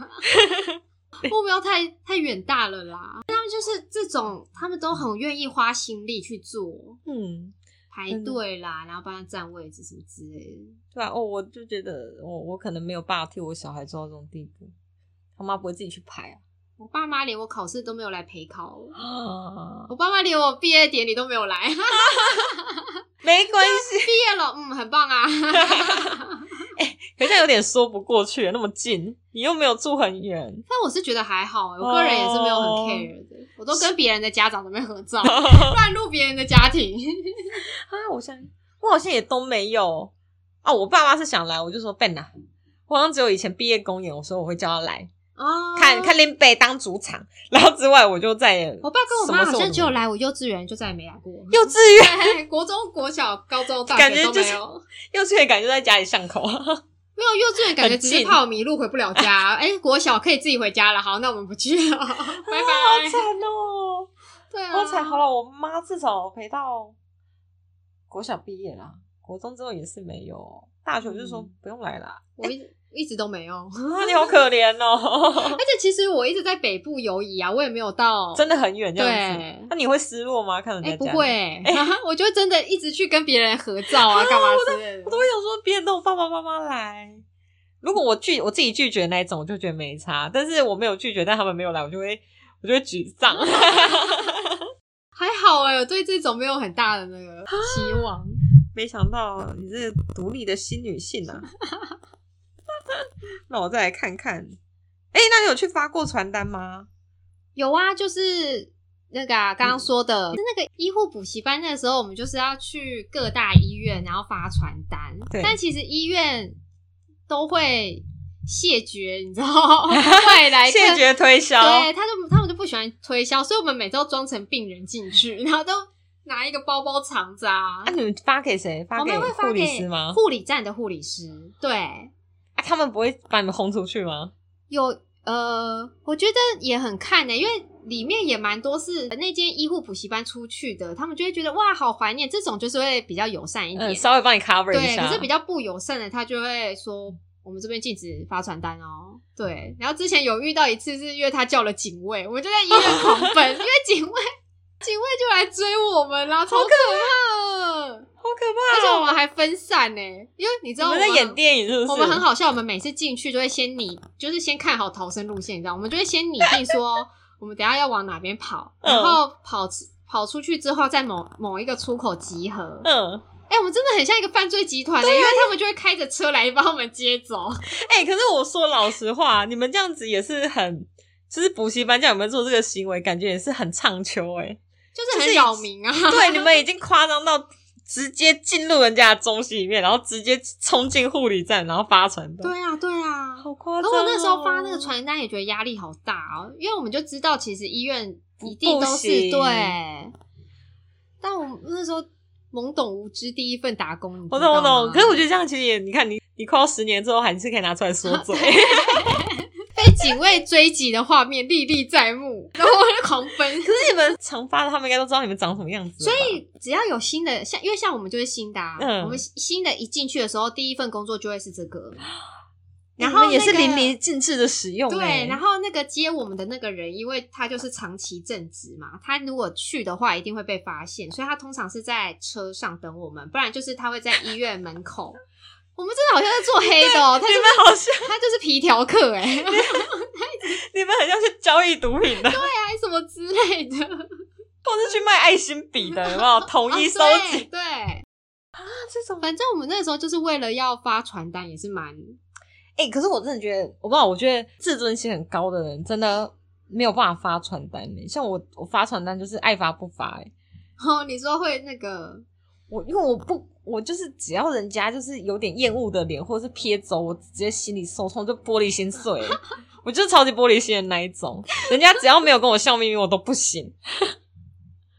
Speaker 1: 目标太太远大了啦。他们就是这种，他们都很愿意花心力去做
Speaker 2: 嗯，
Speaker 1: 排
Speaker 2: 真的
Speaker 1: 队啦，然后帮他占位置什么之类的。
Speaker 2: 对吧、哦，我就觉得我我可能没有办法替我小孩做到这种地步，他妈不会自己去排啊。
Speaker 1: 我爸妈连我考试都没有来陪考，哦
Speaker 2: 啊，
Speaker 1: 我爸妈连我毕业典礼都没有来。 毕
Speaker 2: 没关系，
Speaker 1: 业了，嗯，很棒啊。
Speaker 2: 可是有点说不过去，那么近，你又没有住很远，
Speaker 1: 但我是觉得还好、欸我个人也是没有很
Speaker 2: 哦
Speaker 1: care 的，我都跟别人的家长在那边合 照，乱入别人的家庭。
Speaker 2: 啊，我想我好像也都没有啊。我爸妈是想来，我就说 Ben 啊，我好像只有以前毕业公演，我说我会叫他来、
Speaker 1: 哦，
Speaker 2: 看看林北当主场，然后之外我就再也
Speaker 1: 我爸跟我妈
Speaker 2: 什么
Speaker 1: 好
Speaker 2: 时候
Speaker 1: 像
Speaker 2: 都
Speaker 1: 只有
Speaker 2: 没
Speaker 1: 来我幼稚园，就再也没来过。
Speaker 2: 幼稚园，
Speaker 1: 对国中、国小、高中、大
Speaker 2: 感
Speaker 1: 学
Speaker 2: 觉
Speaker 1: 都
Speaker 2: 就
Speaker 1: 没
Speaker 2: 是
Speaker 1: 有。
Speaker 2: 幼稚园感觉在家里巷口，
Speaker 1: 没有幼稚园，感觉
Speaker 2: 很
Speaker 1: 只是
Speaker 2: 近
Speaker 1: 怕我迷路回不了家。 哎、国小可以自己回家了，好，那我们不去了，拜
Speaker 2: 好
Speaker 1: 拜。
Speaker 2: 惨哦，
Speaker 1: 对啊，
Speaker 2: 好惨。好了，我妈至少陪到国小毕业啦，国中之后也是没有，大学我就说
Speaker 1: 嗯
Speaker 2: 不用来啦。
Speaker 1: 我一一直都没有，
Speaker 2: 啊，你好可怜哦，
Speaker 1: 而且其实我一直在北部游移啊，我也没有到
Speaker 2: 真的很远这样子。
Speaker 1: 对。
Speaker 2: 那、你会失落吗？看人
Speaker 1: 哎、
Speaker 2: 家家
Speaker 1: 不
Speaker 2: 里、
Speaker 1: 会、 我就真的一直去跟别人合照啊，干嘛之类
Speaker 2: 我
Speaker 1: 的
Speaker 2: 都。会想说，别人都有爸爸妈妈来。如果我拒我自己拒绝那一种，我就觉得没差。但是我没有拒绝，但他们没有来，我就会我就会沮丧。
Speaker 1: 还好哎、我对这种没有很大的那个
Speaker 2: 啊
Speaker 1: 希望。
Speaker 2: 没想到你这个独立的新女性啊！那我再来看看。哎、那你有去发过传单吗？
Speaker 1: 有啊，就是那个啊，刚刚说的、那个医护补习班，那个时候我们就是要去各大医院，然后发传单。
Speaker 2: 对
Speaker 1: 但其实医院都会谢绝，你知 道，外来客
Speaker 2: 谢。绝推销，啊
Speaker 1: 对，他就他们就不喜欢推销，所以我们每周装成病人进去， 然后都拿一个包包藏着啊
Speaker 2: 那、。你们发给谁？发
Speaker 1: 我
Speaker 2: 给
Speaker 1: 们会
Speaker 2: 护
Speaker 1: 发
Speaker 2: 理师
Speaker 1: 给
Speaker 2: 吗？
Speaker 1: 护理站的护理师，对，
Speaker 2: 啊，他们不会把你们轰出去吗？
Speaker 1: 有呃，我觉得也很看呢、欸因为里面也蛮多是那间医护补习班出去的，他们就会觉得哇，好怀念。这种就是会比较友善一点，
Speaker 2: 嗯，稍微帮你 cover 一
Speaker 1: 对。
Speaker 2: 下。
Speaker 1: 可是比较不友善的，他就会说我们这边禁止发传单哦。对，然后之前有遇到一次是因为他叫了警卫，我们就在医院狂奔，因为警卫警卫就来追我们啦，超可怕的！
Speaker 2: 好可
Speaker 1: 而且
Speaker 2: 怕、
Speaker 1: 我
Speaker 2: 哦！
Speaker 1: 们还分散呢、因为你知道
Speaker 2: 我
Speaker 1: 我
Speaker 2: 们在演电影是不是？
Speaker 1: 我们很好笑，我们每次进去就会先拟，就是先看好逃生路线，你知道，我们就会先拟定说我们等一下要往哪边跑，
Speaker 2: 嗯
Speaker 1: 然后跑出跑出去之后，在某某一个出口集合。
Speaker 2: 嗯。
Speaker 1: 哎、我们真的很像一个犯罪集团欸
Speaker 2: 啊
Speaker 1: 的、因为他们就会开着车来把我们接走。
Speaker 2: 哎、可是我说老实话，你们这样子也是很，就是补习班这样有没有做这个行为，感觉也是很唱秋哎、
Speaker 1: 就是
Speaker 2: 就是
Speaker 1: 很扰 民啊。
Speaker 2: 对，你们已经夸张到直接进入人家的中心里面，然后直接冲进护理站，然后发传单，
Speaker 1: 对啊，对啊。
Speaker 2: 好哦夸
Speaker 1: 而
Speaker 2: 张、
Speaker 1: 我那时候发那个，传单也觉得压力好大哦，因为我们就知道其实医院一定都是
Speaker 2: 不行
Speaker 1: 对，但我那时候懵懂无知，第一份打工，你
Speaker 2: 我
Speaker 1: 知道
Speaker 2: 懂我懂，
Speaker 1: 吗
Speaker 2: 可是我觉得这样其实也，你看你你快要十年之后还是可以拿出来说 嘴，
Speaker 1: 被警卫追击的画面历历在目，然后我就狂奔。
Speaker 2: 可是你们长发的，他们应该都知道你们长什么样子了
Speaker 1: 所
Speaker 2: 吧，
Speaker 1: 以只要有新的，像因为像我们就是新的、啊，
Speaker 2: 嗯
Speaker 1: 我们新的一进去的时候，第一份工作就会是这 个，
Speaker 2: 你
Speaker 1: 然
Speaker 2: 们
Speaker 1: 后、那个、
Speaker 2: 也是淋漓尽致的使用、欸
Speaker 1: 对，然
Speaker 2: 后
Speaker 1: 后那个接我们的那个人，因为他就是长期正职嘛，他如果去的话一定会被发现，所以他通常是在车上等我们，不然就是他会在医院门口。 我们真的好像在做黑的哦，他
Speaker 2: 你
Speaker 1: 就
Speaker 2: 们好像
Speaker 1: 他就是皮条客哎、
Speaker 2: 你们很像是交易毒品的，或
Speaker 1: 还什么之类的，
Speaker 2: 是去卖爱心笔 的，有没有统一收
Speaker 1: 啊对
Speaker 2: 集？
Speaker 1: 对，
Speaker 2: 这种
Speaker 1: 反正我们那时候就是为了要发传单，也是蛮
Speaker 2: 哎、可是我真的觉得，我不知道，我觉得自尊心很高的人真的没有办法发传单呢、像我，我发传单就是爱发不发、欸。
Speaker 1: 哦，你说会那个
Speaker 2: 我因为我不，我就是只要人家就是有点厌恶的脸或者是撇走，我直接心里受痛，就玻璃 心碎、欸我就是超级玻璃心的那一种，人家只要没有跟我笑眯眯，我都不行。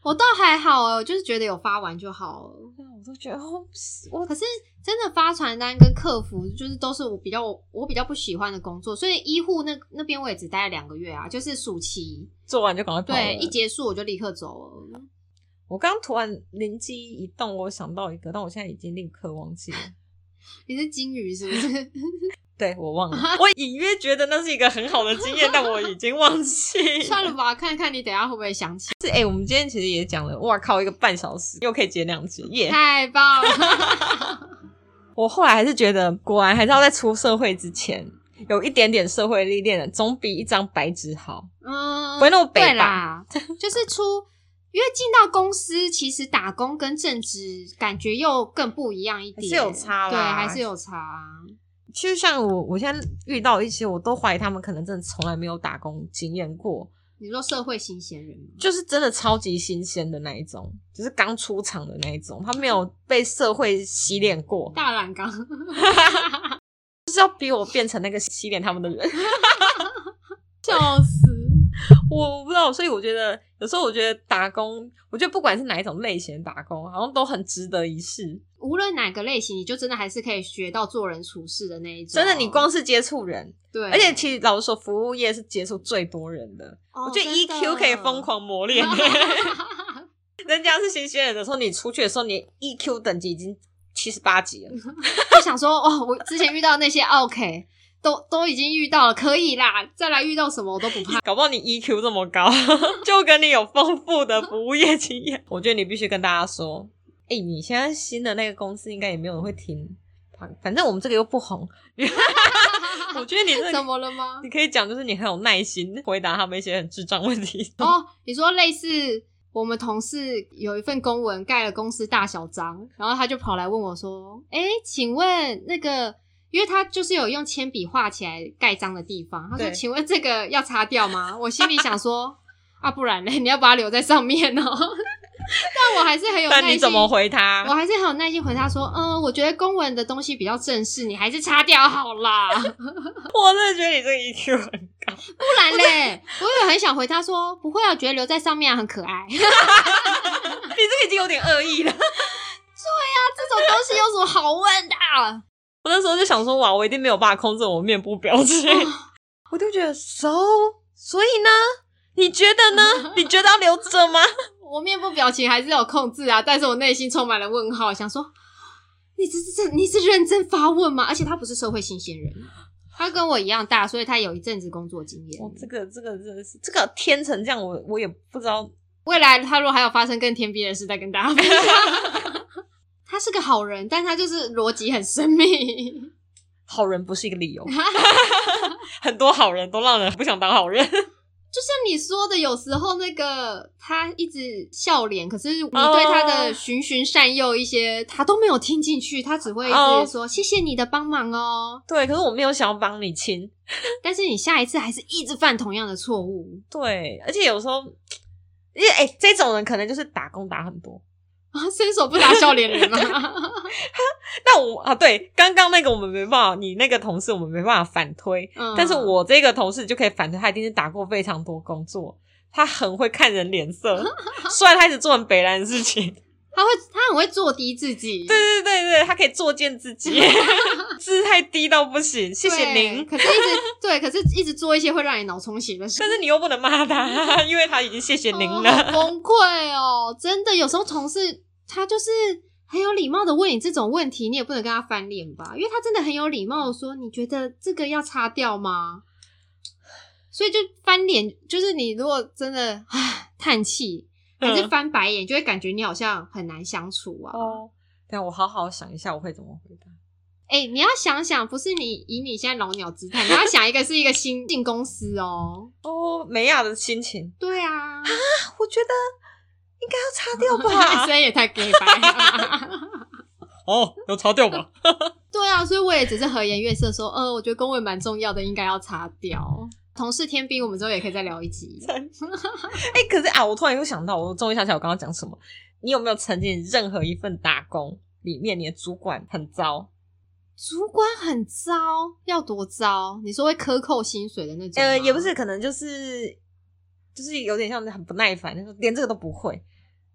Speaker 1: 我倒还好哦，我就是觉得有发完就好了。
Speaker 2: 我都觉得哦，不行我
Speaker 1: 可是真的发传单跟客服就是都是我比较我比较不喜欢的工作，所以医护那那边我也只待了两个月啊，就是暑期，
Speaker 2: 做完就赶快跑
Speaker 1: 对，
Speaker 2: 了
Speaker 1: 一。结束我就立刻走了。
Speaker 2: 我刚突然灵机一动，我想到一个，但我现在已经立刻忘记了。
Speaker 1: 你是金鱼是不是？
Speaker 2: 对我忘了， 我隐约觉得那是一个很好的经验，但我已经忘记
Speaker 1: 算了吧，看看你等一下会不会想起，
Speaker 2: 是哎、我们今天其实也讲了，哇靠，一个半小时又可以接两集耶
Speaker 1: 太棒了！
Speaker 2: 我后来还是觉得，果然还是要在出社会之前有一点点社会历练的，总比一张白纸好。
Speaker 1: 嗯，
Speaker 2: 不会那么北吧
Speaker 1: 对啦，就是出。因为进到公司，其实打工跟正职感觉又更不一样一点，
Speaker 2: 还是有差啦
Speaker 1: 对，还是有差啊。
Speaker 2: 其实像我，我现在遇到一些，我都怀疑他们可能真的从来没有打工经验过，
Speaker 1: 你说社会新鲜人吗？
Speaker 2: 就是真的超级新鲜的那一种，就是刚出场的那一种，他没有被社会洗脸过。
Speaker 1: 大染缸，
Speaker 2: 就是要逼我变成那个洗脸他们的人。
Speaker 1: 笑死！
Speaker 2: 我不知道，所以我觉得有时候我觉得打工，我觉得不管是哪一种类型的打工，好像都很值得一试。
Speaker 1: 无论哪个类型，你就真的还是可以学到做人处事的那一种。
Speaker 2: 真的，你光是接触人，
Speaker 1: 啊对，
Speaker 2: 而且其实老实说，服务业是接触最多人的。
Speaker 1: 哦
Speaker 2: 我觉得
Speaker 1: 真的
Speaker 2: EQ 可以疯狂 磨练。人家是新鲜人的时候，你出去的时候，你 EQ 等级已经七十八级了。
Speaker 1: 就想说，哦，我之前遇到那些 OK，都都已经遇到了，可以啦，再来遇到什么我都不 怕。
Speaker 2: 搞不好你 EQ 这么高， 就跟你有丰富的服务业经验。 我觉得你必须跟大家说，哎、你现在新的那个公司应该也没有人会听，反反正我们这个又不红。 我觉得你 这
Speaker 1: 怎
Speaker 2: 个
Speaker 1: 么了吗？
Speaker 2: 你可以讲，就是你很有耐心回答他们一些很智障问题。
Speaker 1: 哦，你说类似我们同事有一份公文盖了公司大小章，然后他就跑来问我说：“哎，请问那个，因为他就是有用铅笔画起来盖章的地方，他说，
Speaker 2: 对
Speaker 1: 请问这个要擦掉吗？”我心里想说：“ 啊，不然嘞，你要把它留在上面哦。” 但我还是很有耐
Speaker 2: 但
Speaker 1: 心，
Speaker 2: 你怎么回
Speaker 1: 我
Speaker 2: 他？
Speaker 1: 还是很有耐心回他说：“嗯，我觉得公文的东西比较正式，你还是擦掉好啦。”
Speaker 2: 我真的觉得你这个 EQ 很高。
Speaker 1: 不然嘞，我也很想回他说：“不会啊，我觉得留在上面啊很可爱。”
Speaker 2: 你这个已经有点恶意了。
Speaker 1: 这种东西有什么好问的、啊？
Speaker 2: 我那时候就想说，哇，我一定没有办法控制我面部表情，我就觉得 so，所以呢，你觉得呢？你觉得要留着吗？
Speaker 1: 我面部表情还是有控制啊，但是我内心充满了问号，想说你这是这你是认真发问吗？而且他不是社会新鲜人，啊他跟我一样大，所以他有一阵子工作经验
Speaker 2: 哇，。这个这个真的是这个天成这样，我我也不知道。
Speaker 1: 未来他如果还有发生更天边的事，再跟大家分享。他是个好人，但他就是逻辑很神秘。
Speaker 2: 好人不是一个理由，很多好人都让人不想当好人。
Speaker 1: 就像你说的，有时候那个他一直笑脸，可是你对他
Speaker 2: 哦
Speaker 1: 的循循善诱一些他都没有听进去，他只会一
Speaker 2: 哦
Speaker 1: 直说、谢谢你的帮忙哦。
Speaker 2: 对，可是我没有想要帮你亲。
Speaker 1: 但是你下一次还是一直犯同样的错误，
Speaker 2: 对，而且有时候，因为哎、这种人可能就是打工打很多。
Speaker 1: 啊，伸手不打笑脸人 吗？
Speaker 2: 那我啊，对，刚刚那个我们没办法，你那个同事我们没办法反推，
Speaker 1: 嗯
Speaker 2: 但是我这个同事就可以反推，他一定是打过非常多工作，他很会看人 脸色，虽然他一直做很北兰的事情，
Speaker 1: 他会，他很会做低自己。
Speaker 2: 对对对对，他可以作践自 己，姿态低到不行，谢
Speaker 1: 对，
Speaker 2: 谢您。
Speaker 1: 可是，一直对，可是一直做一些会让你脑充血的事。
Speaker 2: 但是你又不能骂他，因为他已经谢谢您
Speaker 1: 哦好
Speaker 2: 了。
Speaker 1: 崩溃哦！真的，有时候同事他就是很有礼貌的问你这种问题，你也不能跟他翻脸吧，因为他真的很有礼貌的说：“你觉得这个要擦掉吗？”所以就翻脸，就是你如果真的唉叹气，还是
Speaker 2: 嗯
Speaker 1: 翻白眼，就会感觉你好像很难相处啊。
Speaker 2: 哦，等一下我好好想一下我会怎么回答。
Speaker 1: 哎、你要想想，不是你以你现在老鸟姿态，你要想一个是一个新进公司哦。
Speaker 2: 哦，美亚的心情，
Speaker 1: 对 啊，
Speaker 2: 啊我觉得应该要擦掉 吧。
Speaker 1: 声音也太给白了。
Speaker 2: 哦，要擦掉吧。
Speaker 1: 对啊，所以我也只是和颜悦色说，呃，我觉得工位蛮重要的，应该要擦掉。同事天兵，我们之后也可以再聊一集。
Speaker 2: 哎、可是啊，我突然又想到，我终于想起来我刚刚讲什么。你有没有曾经任何一份打工里面，你的主管很糟？
Speaker 1: 主管很糟，要多糟？你说会克扣薪水的那种？
Speaker 2: 呃，也不是，，可能就是就是有点像很不耐烦，就是连这个都不会，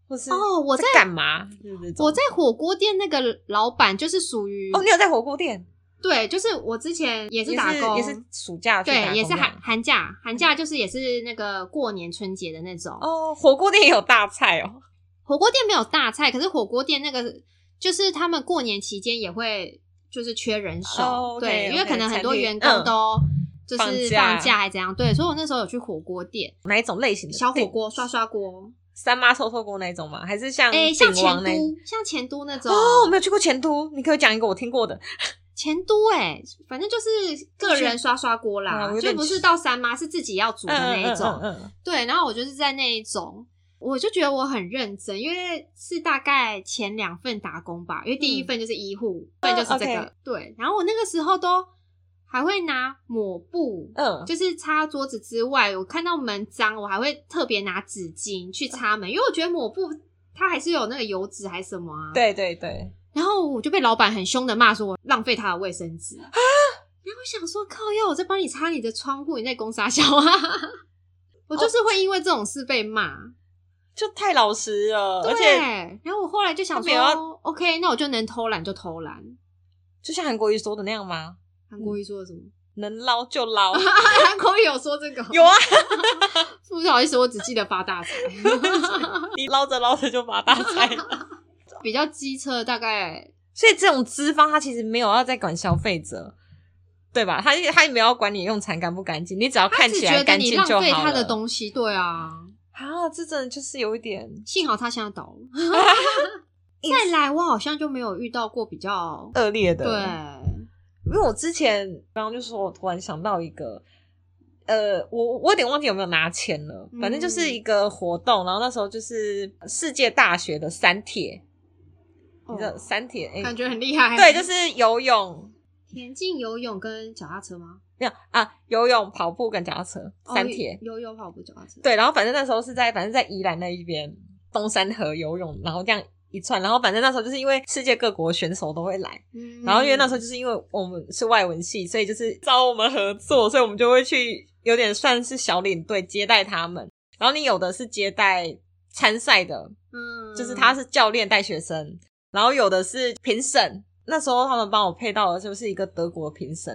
Speaker 2: 或是
Speaker 1: 哦我
Speaker 2: 在
Speaker 1: 在
Speaker 2: 干嘛？就是这种
Speaker 1: 我在火锅店那个老板就是属于、
Speaker 2: 哦，你有在火锅店
Speaker 1: 对，就是我之前也是
Speaker 2: 也
Speaker 1: 打工，
Speaker 2: 也是暑假去打
Speaker 1: 对，
Speaker 2: 工
Speaker 1: 也是
Speaker 2: 这样
Speaker 1: 寒寒假，寒假就是也是那个过年春节的那种。
Speaker 2: 哦，火锅店也有大菜哦。
Speaker 1: 火锅店没有大菜，可是火锅店那个就是他们过年期间也会就是缺人手，
Speaker 2: 哦，OK，
Speaker 1: 对
Speaker 2: OK，
Speaker 1: 因为可能很多
Speaker 2: 餐厅
Speaker 1: 员工都就是
Speaker 2: 放
Speaker 1: 放
Speaker 2: 假
Speaker 1: 还怎样，对，所以我那时候有去火锅店，
Speaker 2: 哪一种类型的
Speaker 1: 小火
Speaker 2: 顶
Speaker 1: 锅刷刷锅，
Speaker 2: 三妈臭臭锅那一种吗？还是像
Speaker 1: 哎、像
Speaker 2: 鼎
Speaker 1: 前
Speaker 2: 王
Speaker 1: 都
Speaker 2: 那一，
Speaker 1: 像前都那种，
Speaker 2: 哦，我没有去过前都，你可以讲一个我听过的。
Speaker 1: 前都哎、反正就是个人刷刷锅
Speaker 2: 啊
Speaker 1: 啦，
Speaker 2: 我有点
Speaker 1: 就不是到三妈是自己要煮的那一种，
Speaker 2: 嗯嗯嗯嗯
Speaker 1: 对，然后我就是在那一种，我就觉得我很认真，因为是大概前两份打工吧，因为第一
Speaker 2: 嗯哦
Speaker 1: 份就是医护，份就是这个、
Speaker 2: OK
Speaker 1: 对。然后我那个时候都还会拿抹布，
Speaker 2: 嗯
Speaker 1: 就是擦桌子之外，我看到门脏，我还会特别拿纸巾去
Speaker 2: 啊
Speaker 1: 擦门，因为我觉得抹布它还是有那个油脂还是什么啊。。
Speaker 2: 对对对，
Speaker 1: 然后我就被老板很凶的骂说我浪费他的卫生纸啊。然后我想说，靠要我在帮你擦你的窗户，你在攻啥小啊？
Speaker 2: 哦
Speaker 1: 我就是会因为这种事被骂，
Speaker 2: 就太老实了，
Speaker 1: 对
Speaker 2: 而且
Speaker 1: 然后我后来就想
Speaker 2: 他没有要
Speaker 1: 说，OK，那我就能偷懒就偷懒。
Speaker 2: 就像韩国瑜说的那样吗？
Speaker 1: 韩国
Speaker 2: 嗯
Speaker 1: 瑜说的什么？
Speaker 2: 能捞就捞，
Speaker 1: 韩国瑜有说这个？
Speaker 2: 有啊，
Speaker 1: 不好意思，我只记得发大财。
Speaker 2: 你捞着捞着就发大财。
Speaker 1: 比较机车，大概
Speaker 2: 所以这种资方他其实没有要再管消费者，对吧？他他也没有要管你用餐干不干净，你只要
Speaker 1: 他
Speaker 2: 看
Speaker 1: 只
Speaker 2: 起
Speaker 1: 觉
Speaker 2: 来
Speaker 1: 得
Speaker 2: 干
Speaker 1: 你
Speaker 2: 净
Speaker 1: 浪
Speaker 2: 就好
Speaker 1: 费
Speaker 2: 了。
Speaker 1: 他的东西，对啊。
Speaker 2: 啊，这真的就是有一点
Speaker 1: 幸好他现在倒了。 再来，我好像就没有遇到过比较
Speaker 2: 恶劣的，
Speaker 1: 对，
Speaker 2: 因为我之前刚刚就说，我突然想到一个，呃，我我有点忘记有没有拿钱了，反正就是
Speaker 1: 嗯
Speaker 2: 一个活动，然后那时候就是世界大学的三铁，你知道
Speaker 1: 哦
Speaker 2: 三铁，哎、
Speaker 1: 感觉很厉害。
Speaker 2: 对，就是游泳，
Speaker 1: 田径、游泳跟脚踏车吗？
Speaker 2: 没有啊，游泳、跑步跟脚踏车，
Speaker 1: 哦
Speaker 2: 三铁，
Speaker 1: 游泳、跑步、脚踏车。
Speaker 2: 对，然后反正那时候是在，反正在宜兰那一边东山河游泳，然后这样一串，然后反正那时候就是因为世界各国选手都会来。
Speaker 1: 嗯，
Speaker 2: 然后因为那时候就是因为我们是外文系，所以就是找我们合作，所以我们就会去有点算是小领队接待他们。然后你有的是接待参赛的，
Speaker 1: 嗯，
Speaker 2: 就是他是教练带学生，然后有的是评审。那时候他们帮我配到的就是一个德国评审，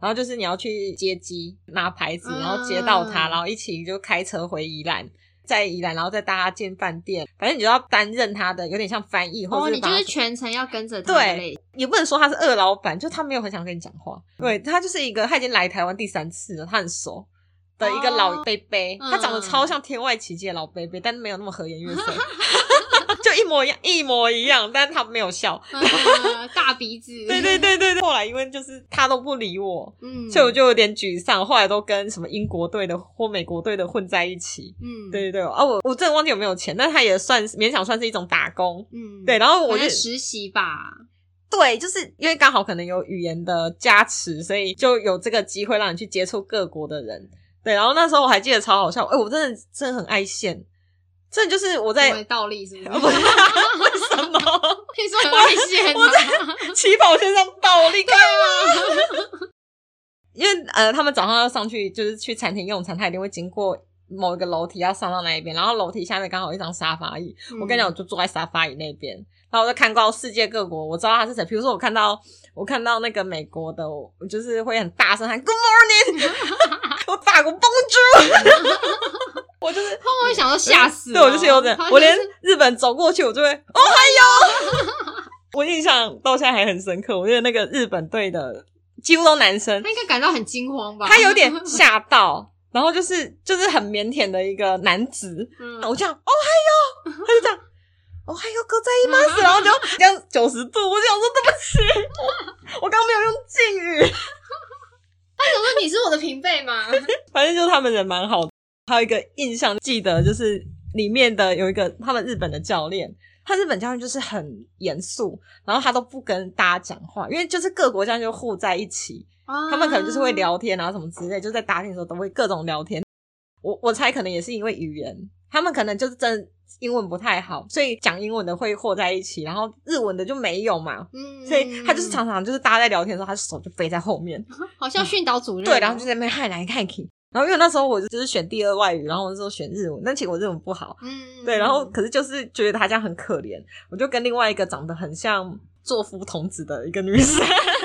Speaker 2: 然后就是你要去接机拿牌子，
Speaker 1: 嗯
Speaker 2: 然后接到他，
Speaker 1: 嗯
Speaker 2: 然后一起就开车回宜兰。在宜兰，然后再搭他进饭店，反正你就要担任他的，有点像翻译，或
Speaker 1: 哦，你
Speaker 2: 者是
Speaker 1: 就
Speaker 2: 帮他
Speaker 1: 是全程要跟着他的类
Speaker 2: 对，也不能说他是二老板，就他没有很想跟你讲话。对他就是一个，他已经来台湾第三次了，他很熟的一个老伯伯，
Speaker 1: 嗯
Speaker 2: 他长得超像天外奇迹的老伯伯，但是没有那么和颜悦色，就一模一样，一模一样，但是他没有笑。
Speaker 1: 嗯大鼻子。
Speaker 2: 对对，对对对，后来因为就是他都不理我，
Speaker 1: 嗯，
Speaker 2: 所以我就有点沮丧。后来都跟什么英国队的或美国队的混在一起。
Speaker 1: 嗯
Speaker 2: 对对对，啊，我我真的忘记有没有钱，但他也算是勉强算是一种打工。
Speaker 1: 嗯
Speaker 2: 对，，然后我
Speaker 1: 我
Speaker 2: 就
Speaker 1: 就实习吧。
Speaker 2: 对，就是因为刚好可能有语言的加持，所以就有这个机会让你去接触各国的人。对，然后那时候我还记得超好笑，哎、我真的真的很爱现，这就是我
Speaker 1: 因
Speaker 2: 在
Speaker 1: 为倒立是不是？
Speaker 2: 不是为什么
Speaker 1: 听说很危险
Speaker 2: 我
Speaker 1: 啊！
Speaker 2: 起跑线上倒立干嘛？啊因为呃，他们早上要上去，就是去餐厅用餐，他一定会经过某一个楼梯，要上到那一边，然后楼梯下面刚好有一张沙发椅，我跟你讲，我
Speaker 1: 嗯
Speaker 2: 就坐在沙发椅那边，然后我就看到世界各国，我知道他是谁。比如说，我看到我看到那个美国的，我我就是会很大声喊 “Good morning”，我 法国 “Bonjour”，我就是
Speaker 1: 他们会想说 吓死哦。
Speaker 2: 对我就是有点
Speaker 1: 他，
Speaker 2: 我连
Speaker 1: 就是
Speaker 2: 日本走过去我就会哦嗨哟， 我印象到现在还很深刻。我觉得那个日本队的几乎都男生，
Speaker 1: 他应该感到很惊慌吧？嗯
Speaker 2: 他有点吓到，然后就是就是很腼腆的一个男子，
Speaker 1: 嗯
Speaker 2: 我这样，哦嗨哟，他就这样，哦嗨哟，哥在一吗？然后就这样九十度，我就想说对不起，我刚没有用敬语，
Speaker 1: 他想说你是我的平辈吗？
Speaker 2: 反正就是他们人蛮好的。还有一个印象记得就是里面的有一个他们日本的教练，他日本教练就是很严肃，然后他都不跟大家讲话，因为就是各国教练就互在一起， 他
Speaker 1: 他
Speaker 2: 们可能就是会，聊天啊什么之类，就在打听的时候都会各种聊天。我我猜可能也是因为语言，他们可能就是真的英文不太好，所以讲英文的会和在一起，然后日文的就没有嘛，
Speaker 1: 嗯
Speaker 2: 所以他就是常常就是大家在聊天的时候，他手就飞在后面，
Speaker 1: 好像训导主任哦，
Speaker 2: 嗯对，然后就在那边害来害去。然后因为那时候我就是选第二外语，然后我就选日文，但其实我日文不好，
Speaker 1: 嗯
Speaker 2: 对，然后可是就是觉得他这样很可怜，我就跟另外一个长得很像作夫童子的一个女生，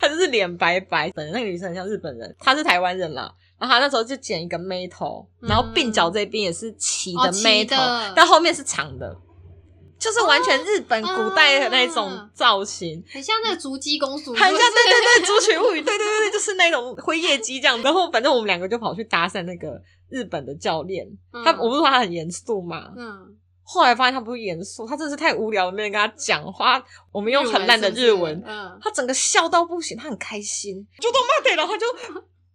Speaker 2: 她就是脸白白的，那个女生很像日本人，她是台湾人啦。然后她那时候就剪一个妹头，然后鬓角这边也是齐
Speaker 1: 嗯哦
Speaker 2: 的
Speaker 1: 齐
Speaker 2: 妹头，
Speaker 1: 的哦
Speaker 2: 但后面是长的，就是完全日本古代的那
Speaker 1: 啊
Speaker 2: 种造型，
Speaker 1: 很像那个足鸡公主，
Speaker 2: 很像
Speaker 1: 就是
Speaker 2: 对对 对，《竹取物语》对对对对，就是那种灰夜姬这样。然后反正我们两个就跑去搭讪那个日本的教练，他
Speaker 1: 嗯
Speaker 2: 我不是说他很严肃嘛，
Speaker 1: 嗯，
Speaker 2: 后来发现他不是严肃，他真的是太无聊了，没人跟他讲话。我们用很烂的日
Speaker 1: 是
Speaker 2: 文
Speaker 1: 不，是嗯，
Speaker 2: 他整个笑到不行，他很开心，就都骂对了，他就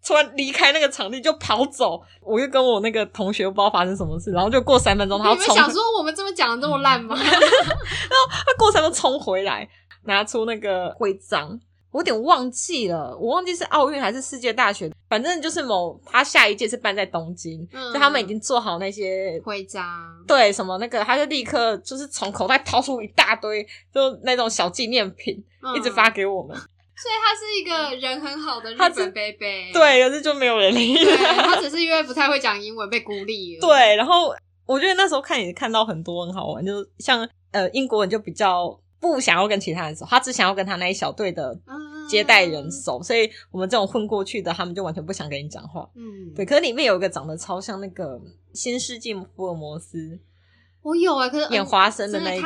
Speaker 2: 突然离开那个场地就跑走。我就跟我那个同学不知道发生什么事，然后就嗯过三分钟，他要
Speaker 1: 你们
Speaker 2: 冲，
Speaker 1: 想说我们这么讲的这么烂吗？
Speaker 2: 他过三分钟冲回来，拿出那个徽章。我有点忘记了，我忘记是奥运还是世界大学，反正就是某他下一届是办在东京，
Speaker 1: 嗯
Speaker 2: 就他们已经做好那些
Speaker 1: 徽章，
Speaker 2: 对什么那个，他就立刻就是从口袋掏出一大堆，就那种小纪念品，
Speaker 1: 嗯
Speaker 2: 一直发，给我们。
Speaker 1: 所以他是一个人很好的日
Speaker 2: 他只
Speaker 1: 本贝贝，
Speaker 2: 对，可是就没有人理
Speaker 1: 对，
Speaker 2: 他。
Speaker 1: 他只是因为不太会讲英文被孤立了，
Speaker 2: 对，然后我觉得那时候看也看到很多很好玩，就是像呃英国人就比较不想要跟其他人熟，他只想要跟他那一小队的
Speaker 1: 嗯，
Speaker 2: 接待人熟，所以我们这种混过去的，他们就完全不想跟你讲话。
Speaker 1: 嗯，
Speaker 2: 对，可是里面有一个长得超像那个新世纪福尔摩斯
Speaker 1: 我有哎，可是
Speaker 2: 演华生的
Speaker 1: 嗯真
Speaker 2: 那一个，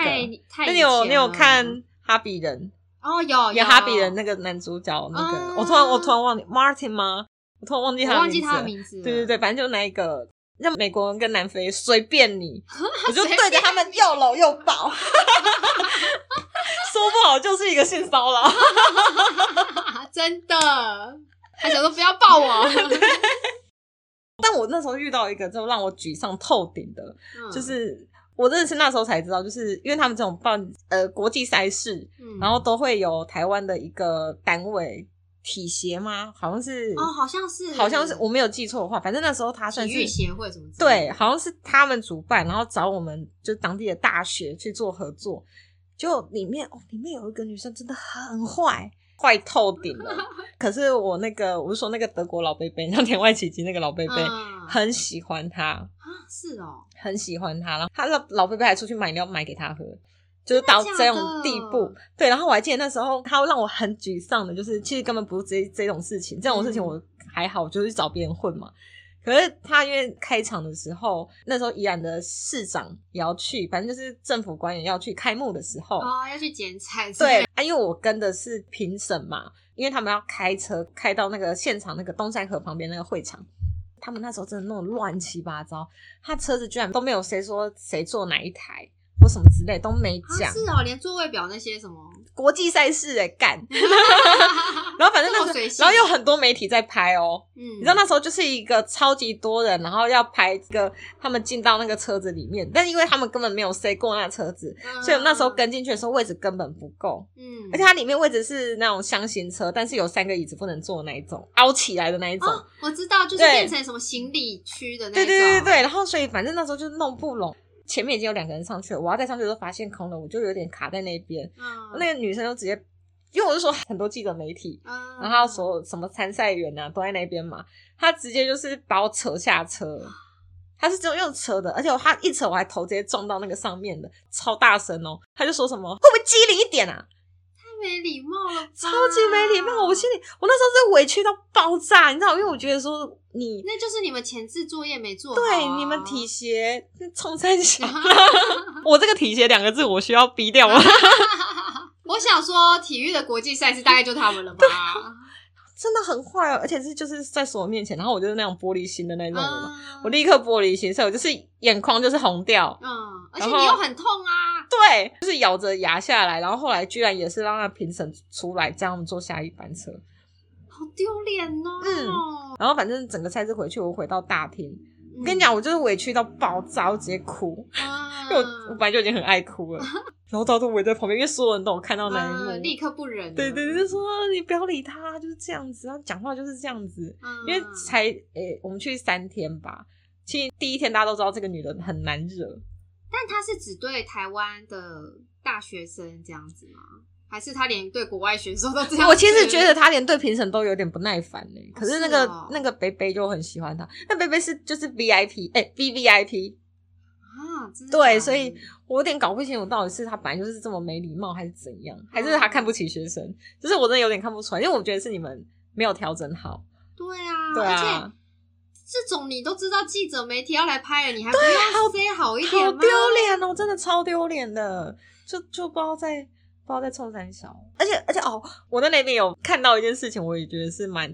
Speaker 1: 太太
Speaker 2: 那你
Speaker 1: 以
Speaker 2: 有
Speaker 1: 前
Speaker 2: 你
Speaker 1: 了
Speaker 2: 有
Speaker 1: 嗯
Speaker 2: 看《哈比人》？
Speaker 1: 哦，有
Speaker 2: 演
Speaker 1: 有
Speaker 2: 哈比人那个男主角那个，
Speaker 1: 啊
Speaker 2: 我突然我突然忘记 Martin 吗？我突然忘记
Speaker 1: 我
Speaker 2: 他的
Speaker 1: 忘记
Speaker 2: 名字
Speaker 1: 他
Speaker 2: 了
Speaker 1: 的名字，
Speaker 2: 对对，对，反正就那一个，让美国人跟南非随便 你，我就对着他们又搂又抱，说不好就是一个性骚扰。
Speaker 1: 真的，他想说不要抱 我，嗯
Speaker 2: 但我那时候遇到一个就让我沮丧透顶的，
Speaker 1: 嗯
Speaker 2: 就是我真的是那时候才知道，就是因为他们这种办呃国际赛事，
Speaker 1: 嗯
Speaker 2: 然后都会有台湾的一个单位体协吗？好像是
Speaker 1: 哦，好像是
Speaker 2: 好像是我没有记错的话，反正那时候他
Speaker 1: 嗯
Speaker 2: 算
Speaker 1: 体
Speaker 2: 是
Speaker 1: 育协会什么之类
Speaker 2: 对，
Speaker 1: 的，
Speaker 2: 好像是他们主办，然后找我们就当地的大学去做合作。就里面哦，里面有一个女生真的很坏，坏透顶 了。可是我那个，我是说那个德国老贝贝，像田外奇迹那个老贝贝，
Speaker 1: 嗯
Speaker 2: 很喜欢他，
Speaker 1: 啊是哦，
Speaker 2: 很喜欢他。然后他的老贝贝还出去买料买给他喝，就是到
Speaker 1: 真的
Speaker 2: 这
Speaker 1: 假
Speaker 2: 种
Speaker 1: 的
Speaker 2: 地步。对，然后我还记得那时候他让我很沮丧的，就是其实根本不是这这种事情，这种事情
Speaker 1: 嗯
Speaker 2: 我还好，我就是找别人混嘛。可是他因为开场的时候，那时候宜兰的市长也要去，反正就是政府官员要去开幕的时候，
Speaker 1: 哦要去剪彩之类
Speaker 2: 对
Speaker 1: 的，
Speaker 2: 啊，因为我跟的是评审嘛，因为他们要开车开到那个现场那个东山河旁边那个会场，他们那时候真的弄得乱七八糟，他车子居然都没有谁说谁坐哪一台或什么之类都没
Speaker 1: 啊
Speaker 2: 讲，
Speaker 1: 是哦，连座位表那些什 么，
Speaker 2: 国际赛事哎、 干，然后反正
Speaker 1: 这么
Speaker 2: 那
Speaker 1: 随
Speaker 2: 时
Speaker 1: 性啊
Speaker 2: 候，然后有很多媒体在拍哦，
Speaker 1: 嗯，
Speaker 2: 你知道那时候就是一个超级多人，然后要拍一个他们进到那个车子里面，但因为他们根本没有塞过那车子，
Speaker 1: 嗯
Speaker 2: 所以我们那时候跟进去的时候位置根本不够，
Speaker 1: 嗯，
Speaker 2: 而且它里面位置是那种箱型车，但是有三个椅子不能坐的那一种，凹起来的那一种。
Speaker 1: 哦，我知道，就是
Speaker 2: 对
Speaker 1: 变成什么行李区的那
Speaker 2: 对
Speaker 1: 种，
Speaker 2: 对对对对，然后所以反正那时候就弄不拢。前面已经有两个人上去了，我要再上去的时候发现空了，我就有点卡在那边。
Speaker 1: 嗯，
Speaker 2: 那个女生就直接，因为我是说很多记者媒体，
Speaker 1: 嗯
Speaker 2: 然后所有什么参赛员啊都在那边嘛，他直接就是把我扯下车，
Speaker 1: 啊
Speaker 2: 他是只有用扯的，而且他一扯我还头直接撞到那个上面的，超大声哦，他就说什么会不会机灵一点啊，
Speaker 1: 太没礼貌了吧，
Speaker 2: 超级没礼
Speaker 1: 啊
Speaker 2: 貌，我心里我那时候是委屈到爆炸，你知道，因为我觉得说你
Speaker 1: 那就是你们前置作业没做好啊、
Speaker 2: 对你们体协冲三小，我这个体协两个字我需要逼掉吗？
Speaker 1: 我想说，体育的国际赛事大概就他们了
Speaker 2: 啊
Speaker 1: 吧？
Speaker 2: 真的很坏哦，而且是就是在所有面前，然后我就是那种玻璃心的那种人嘛，
Speaker 1: 嗯
Speaker 2: 我立刻玻璃心，所以我就是眼眶就是红掉，
Speaker 1: 嗯，而
Speaker 2: 然
Speaker 1: 且
Speaker 2: 后
Speaker 1: 你又很痛啊，
Speaker 2: 对，就是咬着牙下来，然后后来居然也是让那评审出来，这样我们坐下一班车，
Speaker 1: 好丢脸哦。
Speaker 2: 嗯然后反正整个赛事回去，我回到大厅，
Speaker 1: 嗯
Speaker 2: 我跟你，讲，我就是委屈到爆炸，我直接哭，因为我我
Speaker 1: 嗯
Speaker 2: 本来就已经很爱哭了，然后大家都围在旁边，因为所有人都有看到那一幕，
Speaker 1: 嗯，立刻不忍。
Speaker 2: 对对，对，就说你不要理他，就是这样子，他讲话就是这样子。
Speaker 1: 嗯，
Speaker 2: 因为才诶、我们去三天吧，其实第一天大家都知道这个女的很难惹，
Speaker 1: 但他是只对台湾的大学生这样子吗？还是他连对国外选手都这样？
Speaker 2: 我其实觉得，她连对评审都有点不耐烦呢、可是那个、
Speaker 1: 是哦
Speaker 2: 那个北北就很喜欢她，那北北是就是 VIP 哎、B V I P，
Speaker 1: 啊，真的
Speaker 2: 对
Speaker 1: 假的
Speaker 2: 所以我有点搞不清楚到底是她本来就是这么没礼貌，还是怎样，还是
Speaker 1: 嗯
Speaker 2: 她看不起学生，就是我真的有点看不出来，因为我觉得是你们没有调整好，
Speaker 1: 对啊，
Speaker 2: 对啊
Speaker 1: 而且这种你都知道，记者媒体要来拍了，你还不要 say 好一点
Speaker 2: 啊好
Speaker 1: 吗？
Speaker 2: 丢脸哦，真的超丢脸的，就就不知道在不知道在冲三小，而且而且哦，我在那边有看到一件事情，我也觉得是蛮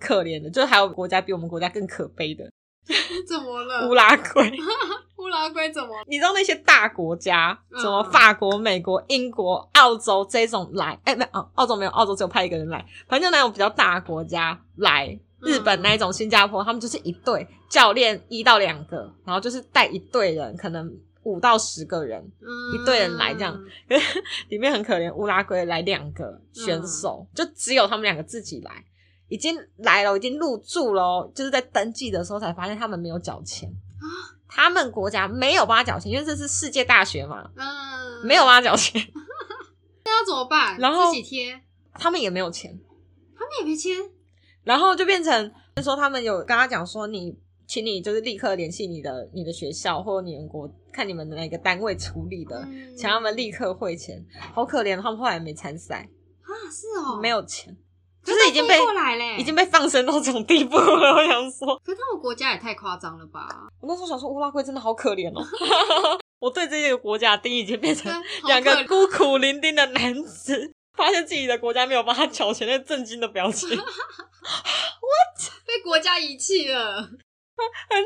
Speaker 2: 可怜的，就是还有国家比我们国家更可悲的
Speaker 1: 怎么了？
Speaker 2: 乌拉圭，
Speaker 1: 乌拉圭怎么了？
Speaker 2: 你知道那些大国家，
Speaker 1: 嗯
Speaker 2: 什么法国、美国、英国、澳洲这种来，哎、没有，哦澳洲没有，澳洲只有派一个人来，反正就那种比较大的国家来。日本
Speaker 1: 嗯
Speaker 2: 那一种，新加坡他们就是一队教练一到两个，然后就是带一队人，可能五到十个人，
Speaker 1: 嗯
Speaker 2: 一队人来这样 里面很可怜，乌拉圭来两个选
Speaker 1: 嗯
Speaker 2: 手，就只有他们两个自己来，已经来了，已经入住了哦，就是在登记的时候才发现他们没有缴钱
Speaker 1: 啊
Speaker 2: 他们国家没有帮他缴钱，因为这是世界大学嘛，
Speaker 1: 嗯，
Speaker 2: 没有帮他缴钱，
Speaker 1: 那要怎么办？
Speaker 2: 然后
Speaker 1: 自己贴，
Speaker 2: 他们也没有钱，
Speaker 1: 他们也没签。
Speaker 2: 然后就变成就说他们有跟他讲说你。请你就是立刻联系你的你的学校或你们国看你们的哪个单位处理的，
Speaker 1: 嗯
Speaker 2: 请他们立刻汇钱，好可怜，他们后来没参赛，
Speaker 1: 啊，是哦，
Speaker 2: 没，有钱，
Speaker 1: 可
Speaker 2: 就是已经被
Speaker 1: 他飞过来嘞，
Speaker 2: 已经被放生到这种地步了。 我想说，
Speaker 1: 可是他们国家也太夸张了 吧？
Speaker 2: 我那时候想说，乌拉圭真的好可怜哦。 啊我对这个国家的定义已经变成两
Speaker 1: 好可
Speaker 2: 个
Speaker 1: 怜
Speaker 2: 孤苦伶仃的男子，发现自己的国家没有帮他缴钱，那震惊的表 情很
Speaker 1: 被国家遗弃了。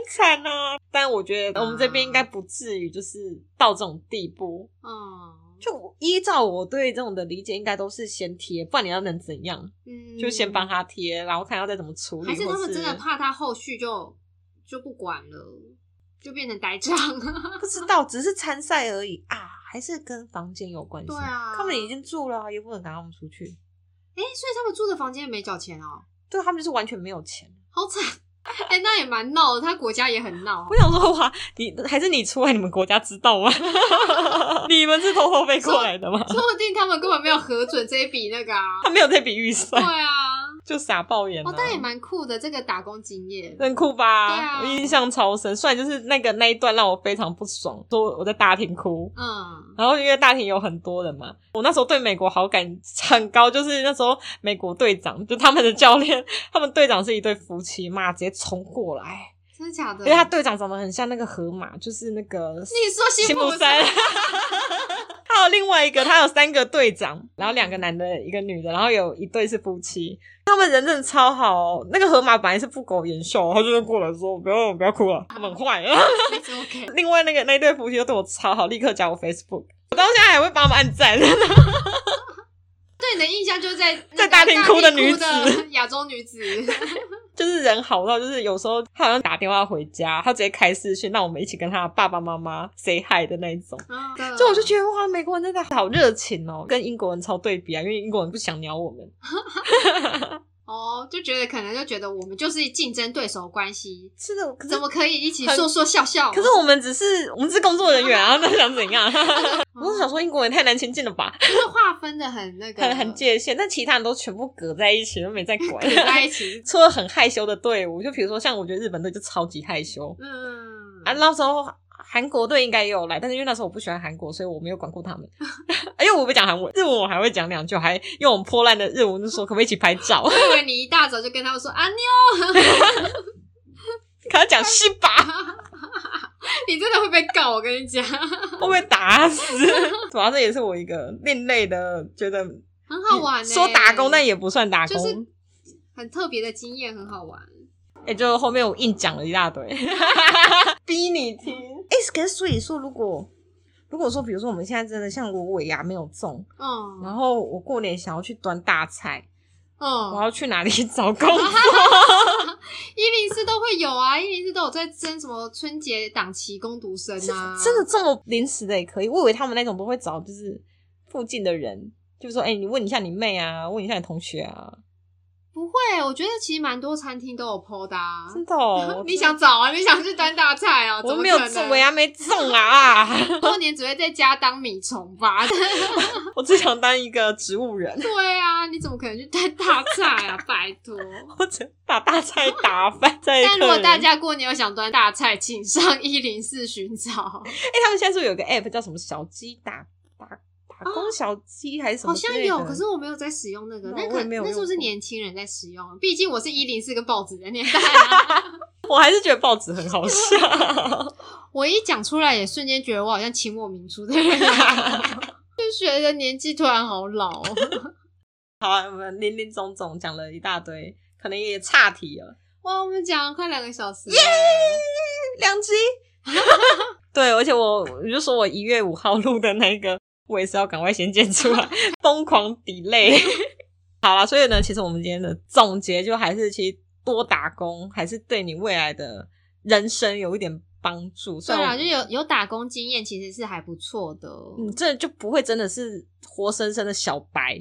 Speaker 2: 惨啊。但我觉得我们这边应该不至于就是到这种地步。
Speaker 1: 嗯
Speaker 2: 就我依照我对这种的理解，应该都是先贴，不然你要能怎样？
Speaker 1: 嗯，
Speaker 2: 就先帮他贴，然后看要再怎么处理，
Speaker 1: 还是他
Speaker 2: 或
Speaker 1: 们
Speaker 2: 是
Speaker 1: 真的怕他后续就就不管了，就变成呆账。啊
Speaker 2: 不知道，只是参赛而已啊，还是跟房间有关系。
Speaker 1: 对啊
Speaker 2: 他们已经住了啊，也不能赶他们出去。
Speaker 1: 哎、所以他们住的房间也没缴钱哦，
Speaker 2: 对他们就是完全没有钱。
Speaker 1: 好惨。哎、那也蛮闹的，他国家也很 闹
Speaker 2: 我。想说哇，你还是你出来，你们国家知 道吗？你们是偷偷飞过来的吗？
Speaker 1: 说不定他们根本没有核准这一笔那 个啊。
Speaker 2: 他没有这笔预
Speaker 1: 对
Speaker 2: 算，
Speaker 1: 啊，
Speaker 2: 就傻爆眼了、
Speaker 1: 哦，但也蛮酷的这个打工经验。
Speaker 2: 很酷吧？
Speaker 1: 对啊
Speaker 2: 我印象超深。虽然就是那个那一段让我非常不爽，说我在大厅哭，
Speaker 1: 嗯，
Speaker 2: 然后因为大厅有很多人嘛，我那时候对美国好感很高，就是那时候美国队长就他们的教练，他们队长是一对夫妻嘛，直接冲过来，
Speaker 1: 真的假的？
Speaker 2: 因为他队长长得很像那个河马，就是那个
Speaker 1: 嗯你说辛
Speaker 2: 普
Speaker 1: 普
Speaker 2: 森
Speaker 1: 森。
Speaker 2: 还有另外一个，他有三个队长，然后两个男的，一个女的，然后有一对是夫妻，他们人真的超好哦。那个河马本来是不苟言笑，他就是过来说不要不要哭了，他们很坏。
Speaker 1: It's OK，
Speaker 2: 另外那个那一对夫妻又对我超好，立刻加我 Facebook，我到现在还会帮他们按赞。
Speaker 1: 对你的印象就是在那个
Speaker 2: 在大厅哭的女子
Speaker 1: 大厅哭 的亚洲女子，
Speaker 2: 就是人好到，就是有时候他好像打电话回家，他直接开视讯，让我们一起跟他爸爸妈妈 say hi 的那一种。
Speaker 1: 嗯
Speaker 2: 就我就觉得哇，美国人真的好热情哦，跟英国人超对比啊，因为英国人不想鸟我们。
Speaker 1: 哦，就觉得可能就觉得我们就是竞争对手关系，
Speaker 2: 是的，可是
Speaker 1: 怎么可以一起
Speaker 2: 很
Speaker 1: 说说笑啊笑？
Speaker 2: 可是我们只是我们是工作人 员啊，那想怎样？ 我是想
Speaker 1: 说，
Speaker 2: 说英国人太难亲近了吧，
Speaker 1: 嗯就是划分的很那个，
Speaker 2: 很很界限，但其他人都全部隔在一起，都没在管
Speaker 1: 合。在一起。
Speaker 2: 除了很害羞的队伍，就比如说像我觉得日本队就超级害羞
Speaker 1: 嗯，
Speaker 2: 啊，那时候韩国队应该也有来，但是因为那时候我不喜欢韩国，所以我没有管过他们。 因为我不会讲韩文，日文我还会讲两句，还用我们破烂的日文就说可不可以一起拍照
Speaker 1: 我，以为你一大早就跟他们说啊妞，
Speaker 2: 可他讲是吧？
Speaker 1: 你真的会被告，我跟你讲，
Speaker 2: 会不会打死？ 主要这也是我一个另类的，觉得
Speaker 1: 很好玩、欸。
Speaker 2: 说打工，但也不算打工。
Speaker 1: 就是很特别的经验，很好玩。
Speaker 2: 哎、就后面我硬讲了一大堆， 逼你听。哎、可是所以说，如果如果说，比如说我们现在真的像我尾牙没有中，然
Speaker 1: 嗯
Speaker 2: 后我过年想要去端大菜，我
Speaker 1: 嗯，
Speaker 2: 要去哪里找工 作？
Speaker 1: 一零四都会有啊，一零四都有在争什么春节档期工读生啊，
Speaker 2: 真的这么临时的也可以？我以为他们那种都会找就是附近的人，就是说，哎、你问一下你妹啊，问一下你同学啊，
Speaker 1: 不会。我觉得其实蛮多餐厅都有 PO 的、啊。。
Speaker 2: 真的、哦
Speaker 1: 你想找啊？你想去端大菜哦？
Speaker 2: 我
Speaker 1: 怎么
Speaker 2: 没有
Speaker 1: 可能
Speaker 2: 中，我牙没中啊！
Speaker 1: 过年只会在家当米虫 吧？
Speaker 2: 我只想当一个植物人，
Speaker 1: 对啊，你怎么可能去端大菜 啊？拜托！
Speaker 2: 我只把大 菜打翻在。
Speaker 1: 但如果大家过年有想端大菜，请上一零四寻找，
Speaker 2: 哎、他们现在是不是有个 app 叫什么小鸡打打打工小鸡还是什么
Speaker 1: 哦好
Speaker 2: 之
Speaker 1: 像
Speaker 2: 类的？
Speaker 1: 有，可是我没有在使用那个，
Speaker 2: 那
Speaker 1: 那
Speaker 2: 我
Speaker 1: 可
Speaker 2: 也没有
Speaker 1: 那时候
Speaker 2: 用
Speaker 1: 是
Speaker 2: 过
Speaker 1: 年轻人在使用，毕竟我是一零四跟报纸的年代、 啊。
Speaker 2: 我还是觉得报纸很好笑。
Speaker 1: 我一讲出来，也瞬间觉得我好像清末民初的人啊、 就觉得年纪突然好老。哦
Speaker 2: 好、啊，我们林林总总讲了一大堆，可能也岔题了，
Speaker 1: 哇，我们讲了快两个小时了，
Speaker 2: 两集。 对，而且我我就说我一月五号录的那个，我也是要赶快先剪出来，疯狂 delay。好 啦，所以呢，其实我们今天的总结就还是，其实多打工还是对你未来的人生有一点帮助。虽
Speaker 1: 对
Speaker 2: 然
Speaker 1: 啦，
Speaker 2: 我嗯
Speaker 1: 就有有打工经验，其实是还不错的。哦
Speaker 2: 你这就不会真的是活生生的小白，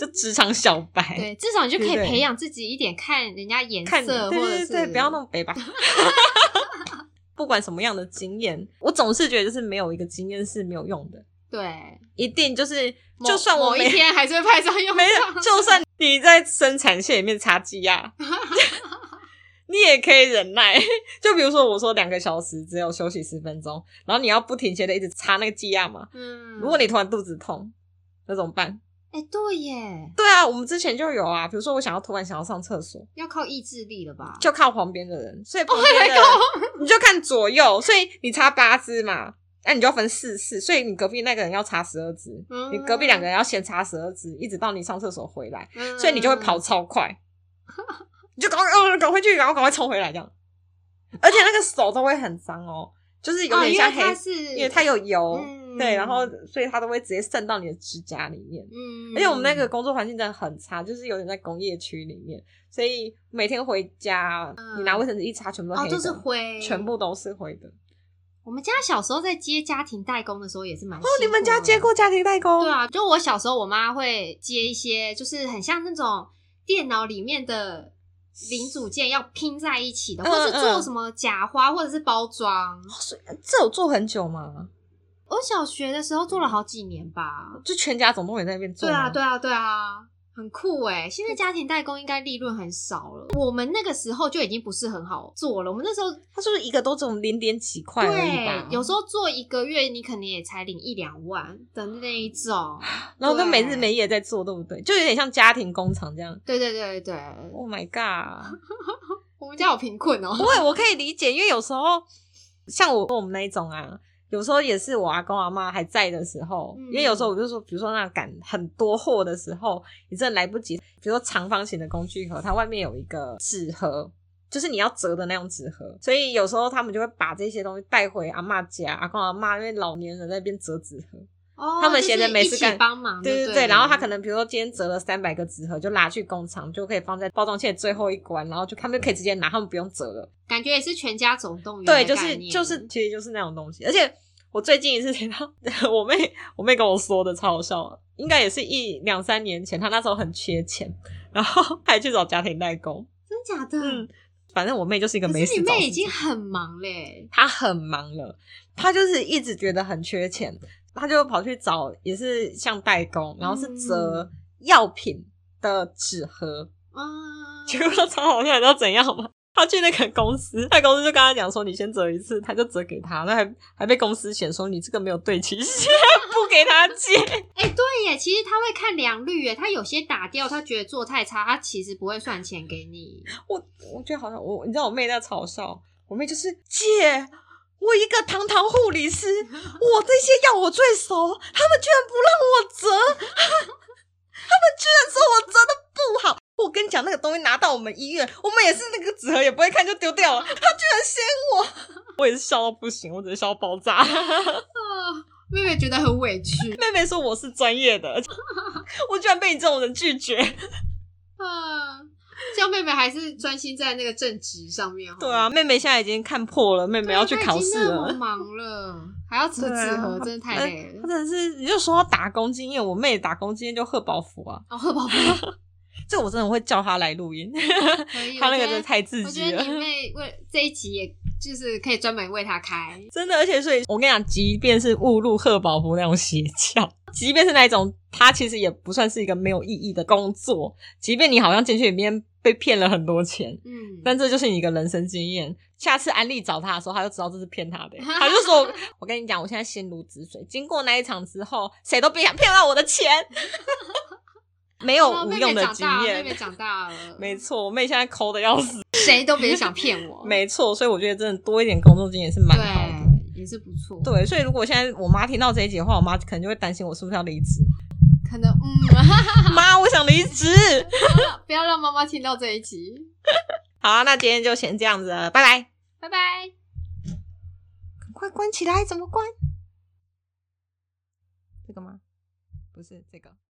Speaker 2: 就职场小白。
Speaker 1: 嗯对，至少你就可以
Speaker 2: 对对
Speaker 1: 培养自己一点看人家颜
Speaker 2: 看，
Speaker 1: 色，
Speaker 2: 对
Speaker 1: 或者
Speaker 2: 对对
Speaker 1: 是
Speaker 2: 对，不要那么 北吧。 不管什么样的经验，我总是觉得就是没有一个经验是没有用的，
Speaker 1: 对。
Speaker 2: 一定就是
Speaker 1: 某
Speaker 2: 就算我
Speaker 1: 某
Speaker 2: 没
Speaker 1: 一天还是会派上用
Speaker 2: 没
Speaker 1: 场
Speaker 2: 有，就算你在生产线里面插鸡呀，你也可以忍耐。就比如说我说两个小时只有休息十分钟，然后你要不停歇的一直插那个鸡压嘛，
Speaker 1: 嗯，
Speaker 2: 如果你突然肚子痛，那怎么办？
Speaker 1: 哎、对耶，
Speaker 2: 对啊，我们之前就有啊，比如说我想要突然想要上厕所，
Speaker 1: 要靠意志力了吧？
Speaker 2: 就靠旁边的人，
Speaker 1: 哦
Speaker 2: 所以旁边的人、你就看左右，所以你插八支嘛，那、你就要分四次，所以你隔壁那个人要插十二支，
Speaker 1: 嗯
Speaker 2: 你隔壁两个人要先插十二支，一直到你上厕所回来，
Speaker 1: 嗯
Speaker 2: 所以你就会跑超快，你就赶快呃赶快去，然后赶快冲回来这样，而且那个手都会很脏哦，就是有
Speaker 1: 哦，
Speaker 2: 点
Speaker 1: 因
Speaker 2: 像
Speaker 1: 为
Speaker 2: 黑，
Speaker 1: 它是，
Speaker 2: 因为它有油，
Speaker 1: 嗯
Speaker 2: 对，然后所以它都会直接渗到你的指甲里面。
Speaker 1: 嗯，
Speaker 2: 而且我们那个工作环境真的很差，就是有点在工业区里面，所以每天回家，你拿卫生纸一擦，全嗯部都
Speaker 1: 哦
Speaker 2: 黑的，
Speaker 1: 都是灰，
Speaker 2: 全部都是灰的。哦，
Speaker 1: 我们家小时候在接家庭代工的时候也是蛮哦
Speaker 2: 你们家接过家庭代工？
Speaker 1: 对啊，就我小时候，我妈会接一些，就是很像那种电脑里面的零组件要拼在一起的，或是
Speaker 2: 嗯嗯
Speaker 1: 做什么假花，或者是包装。
Speaker 2: 哦所以这有做很久吗？
Speaker 1: 我小学的时候做了好几年吧。
Speaker 2: 就全家总动员在那边做
Speaker 1: 对
Speaker 2: 吗。
Speaker 1: 啊，对啊，对啊，很酷哎、现在家庭代工应该利润很少了，我们那个时候就已经不是很好做了。我们那时候
Speaker 2: 它是不是一个都只有零点几块而已吧
Speaker 1: 对，？有时候做一个月，你可能也才领一两万的那一 种。
Speaker 2: 然后都
Speaker 1: 对
Speaker 2: 每日每夜在做，对不对？就有点像家庭工厂这样。
Speaker 1: 对对对对，
Speaker 2: Oh my god！
Speaker 1: 我们家好贫困哦、
Speaker 2: 不会，我可以理解，因为有时候像我我们那一种啊，有时候也是我阿公阿妈还在的时候，
Speaker 1: 嗯
Speaker 2: 因为有时候我就说，比如说那赶很多货的时候，你真的来不及。比如说长方形的工具盒，它外面有一个纸盒。就是你要折的那种纸盒，所以有时候他们就会把这些东西带回阿嬷家，阿公阿嬷因为老年人在那边折纸盒，
Speaker 1: 哦，
Speaker 2: 他们
Speaker 1: 就
Speaker 2: 闲
Speaker 1: 是
Speaker 2: 着没
Speaker 1: 一
Speaker 2: 事
Speaker 1: 起
Speaker 2: 干
Speaker 1: 帮忙就
Speaker 2: 对
Speaker 1: 对
Speaker 2: 对对，然后他可
Speaker 1: 能
Speaker 2: 能比如说今天折了三百个纸盒，就拿去工厂，就可以放在包装器的最后一关，然后就他们就可以直接拿，他们不用折了。
Speaker 1: 感觉也是全家总动员的
Speaker 2: 对，就
Speaker 1: 概
Speaker 2: 是
Speaker 1: 念
Speaker 2: 就是，其实就是那种东西。而且我最近一次听到 我妹我妹跟我说的，超好笑的，应该也是一两三年前，她那时候很缺钱，然后还去找家庭代工。
Speaker 1: 真假的？
Speaker 2: 嗯，反正我妹就是一个
Speaker 1: 可
Speaker 2: 没
Speaker 1: 是
Speaker 2: 事
Speaker 1: 你
Speaker 2: 找
Speaker 1: 妹
Speaker 2: 事
Speaker 1: 已经
Speaker 2: 做
Speaker 1: 很忙嘞，
Speaker 2: 她很忙了，她就是一直觉得很缺钱，她就跑去找也是像代工，然后是
Speaker 1: 嗯
Speaker 2: 折药品的纸盒，
Speaker 1: 啊，
Speaker 2: 结果超好笑，你知道怎样吗？ 她去那个公司，那公司就跟她讲说，你先折一次，她就折给她，那还还被公司嫌说你这个没有对齐， 不给她借。
Speaker 1: 哎、对耶，其实他会看良率耶，他有些打掉，他觉得做太差，他其实不会算钱给 你。
Speaker 2: 我我觉得好像我，你知道我妹在嘲笑我妹，就是姐，我一个堂堂护理师，我这些药我最熟，他们居然不让我折，他们 居然说我折的不好。我跟你讲，那个东西拿到我们医院，我们也是那个纸盒也不会看就丢掉了，他居然嫌我，我 也是笑到不行，我只是笑到爆炸。
Speaker 1: 啊，妹妹觉得很委屈
Speaker 2: 妹妹说我是专业的， 我居然被你这种人拒绝。
Speaker 1: 啊，这样妹妹还是专心在那个正职上面。
Speaker 2: 对啊，，妹妹现在已经看破了，妹妹
Speaker 1: 对
Speaker 2: 要
Speaker 1: 啊
Speaker 2: 去
Speaker 1: 她已
Speaker 2: 考
Speaker 1: 经
Speaker 2: 试
Speaker 1: 那么。
Speaker 2: 了
Speaker 1: 忙了，还要折
Speaker 2: 对啊
Speaker 1: 纸盒，真的太累了。
Speaker 2: 他真的是，你就说到打工经验，我妹的打工经验就贺宝福啊，
Speaker 1: 哦，贺 宝贝，
Speaker 2: 这我真的会叫她来录音，
Speaker 1: 可以
Speaker 2: 她那
Speaker 1: 我觉
Speaker 2: 个
Speaker 1: 得
Speaker 2: 真的太刺
Speaker 1: 我
Speaker 2: 激啊
Speaker 1: 觉得你
Speaker 2: 了，
Speaker 1: 妹为这一集，也就是可以专门为她开。
Speaker 2: 真的，而且所以我跟你讲，即便是误入贺宝福那种邪教， 即便是那一种，它其实也不算是一个没有意义的工作，即便你好像进去里面被骗了很多钱。
Speaker 1: 嗯，
Speaker 2: 但这就是你一个人生经验。下次安利找他的时候，他就知道这是骗他的。欸他就说：“ 我跟你讲，我现在心如止水。经过那一场之后，谁都别想骗到我的钱。” 没有
Speaker 1: 好了
Speaker 2: 无
Speaker 1: 哦妹
Speaker 2: 用
Speaker 1: 妹
Speaker 2: 的
Speaker 1: 长
Speaker 2: 经
Speaker 1: 大了，妹
Speaker 2: 验
Speaker 1: 妹，长大了，
Speaker 2: 没错，我妹现在抠的要死，
Speaker 1: 谁都别想骗我。
Speaker 2: 没错，所以我觉得真的多一点工作经验是蛮好的。
Speaker 1: 对，也是不错。
Speaker 2: 对，所以如果现在我妈听到这一集的话，我妈可能就会担心我是不是要离 职。
Speaker 1: 可能嗯，
Speaker 2: 妈，我想离职。
Speaker 1: 不要让妈妈听到这一集，
Speaker 2: 好，啊那今天就先这样子了，拜拜。
Speaker 1: 拜拜。
Speaker 2: 赶快关起来，怎么关？这个吗？不是这个。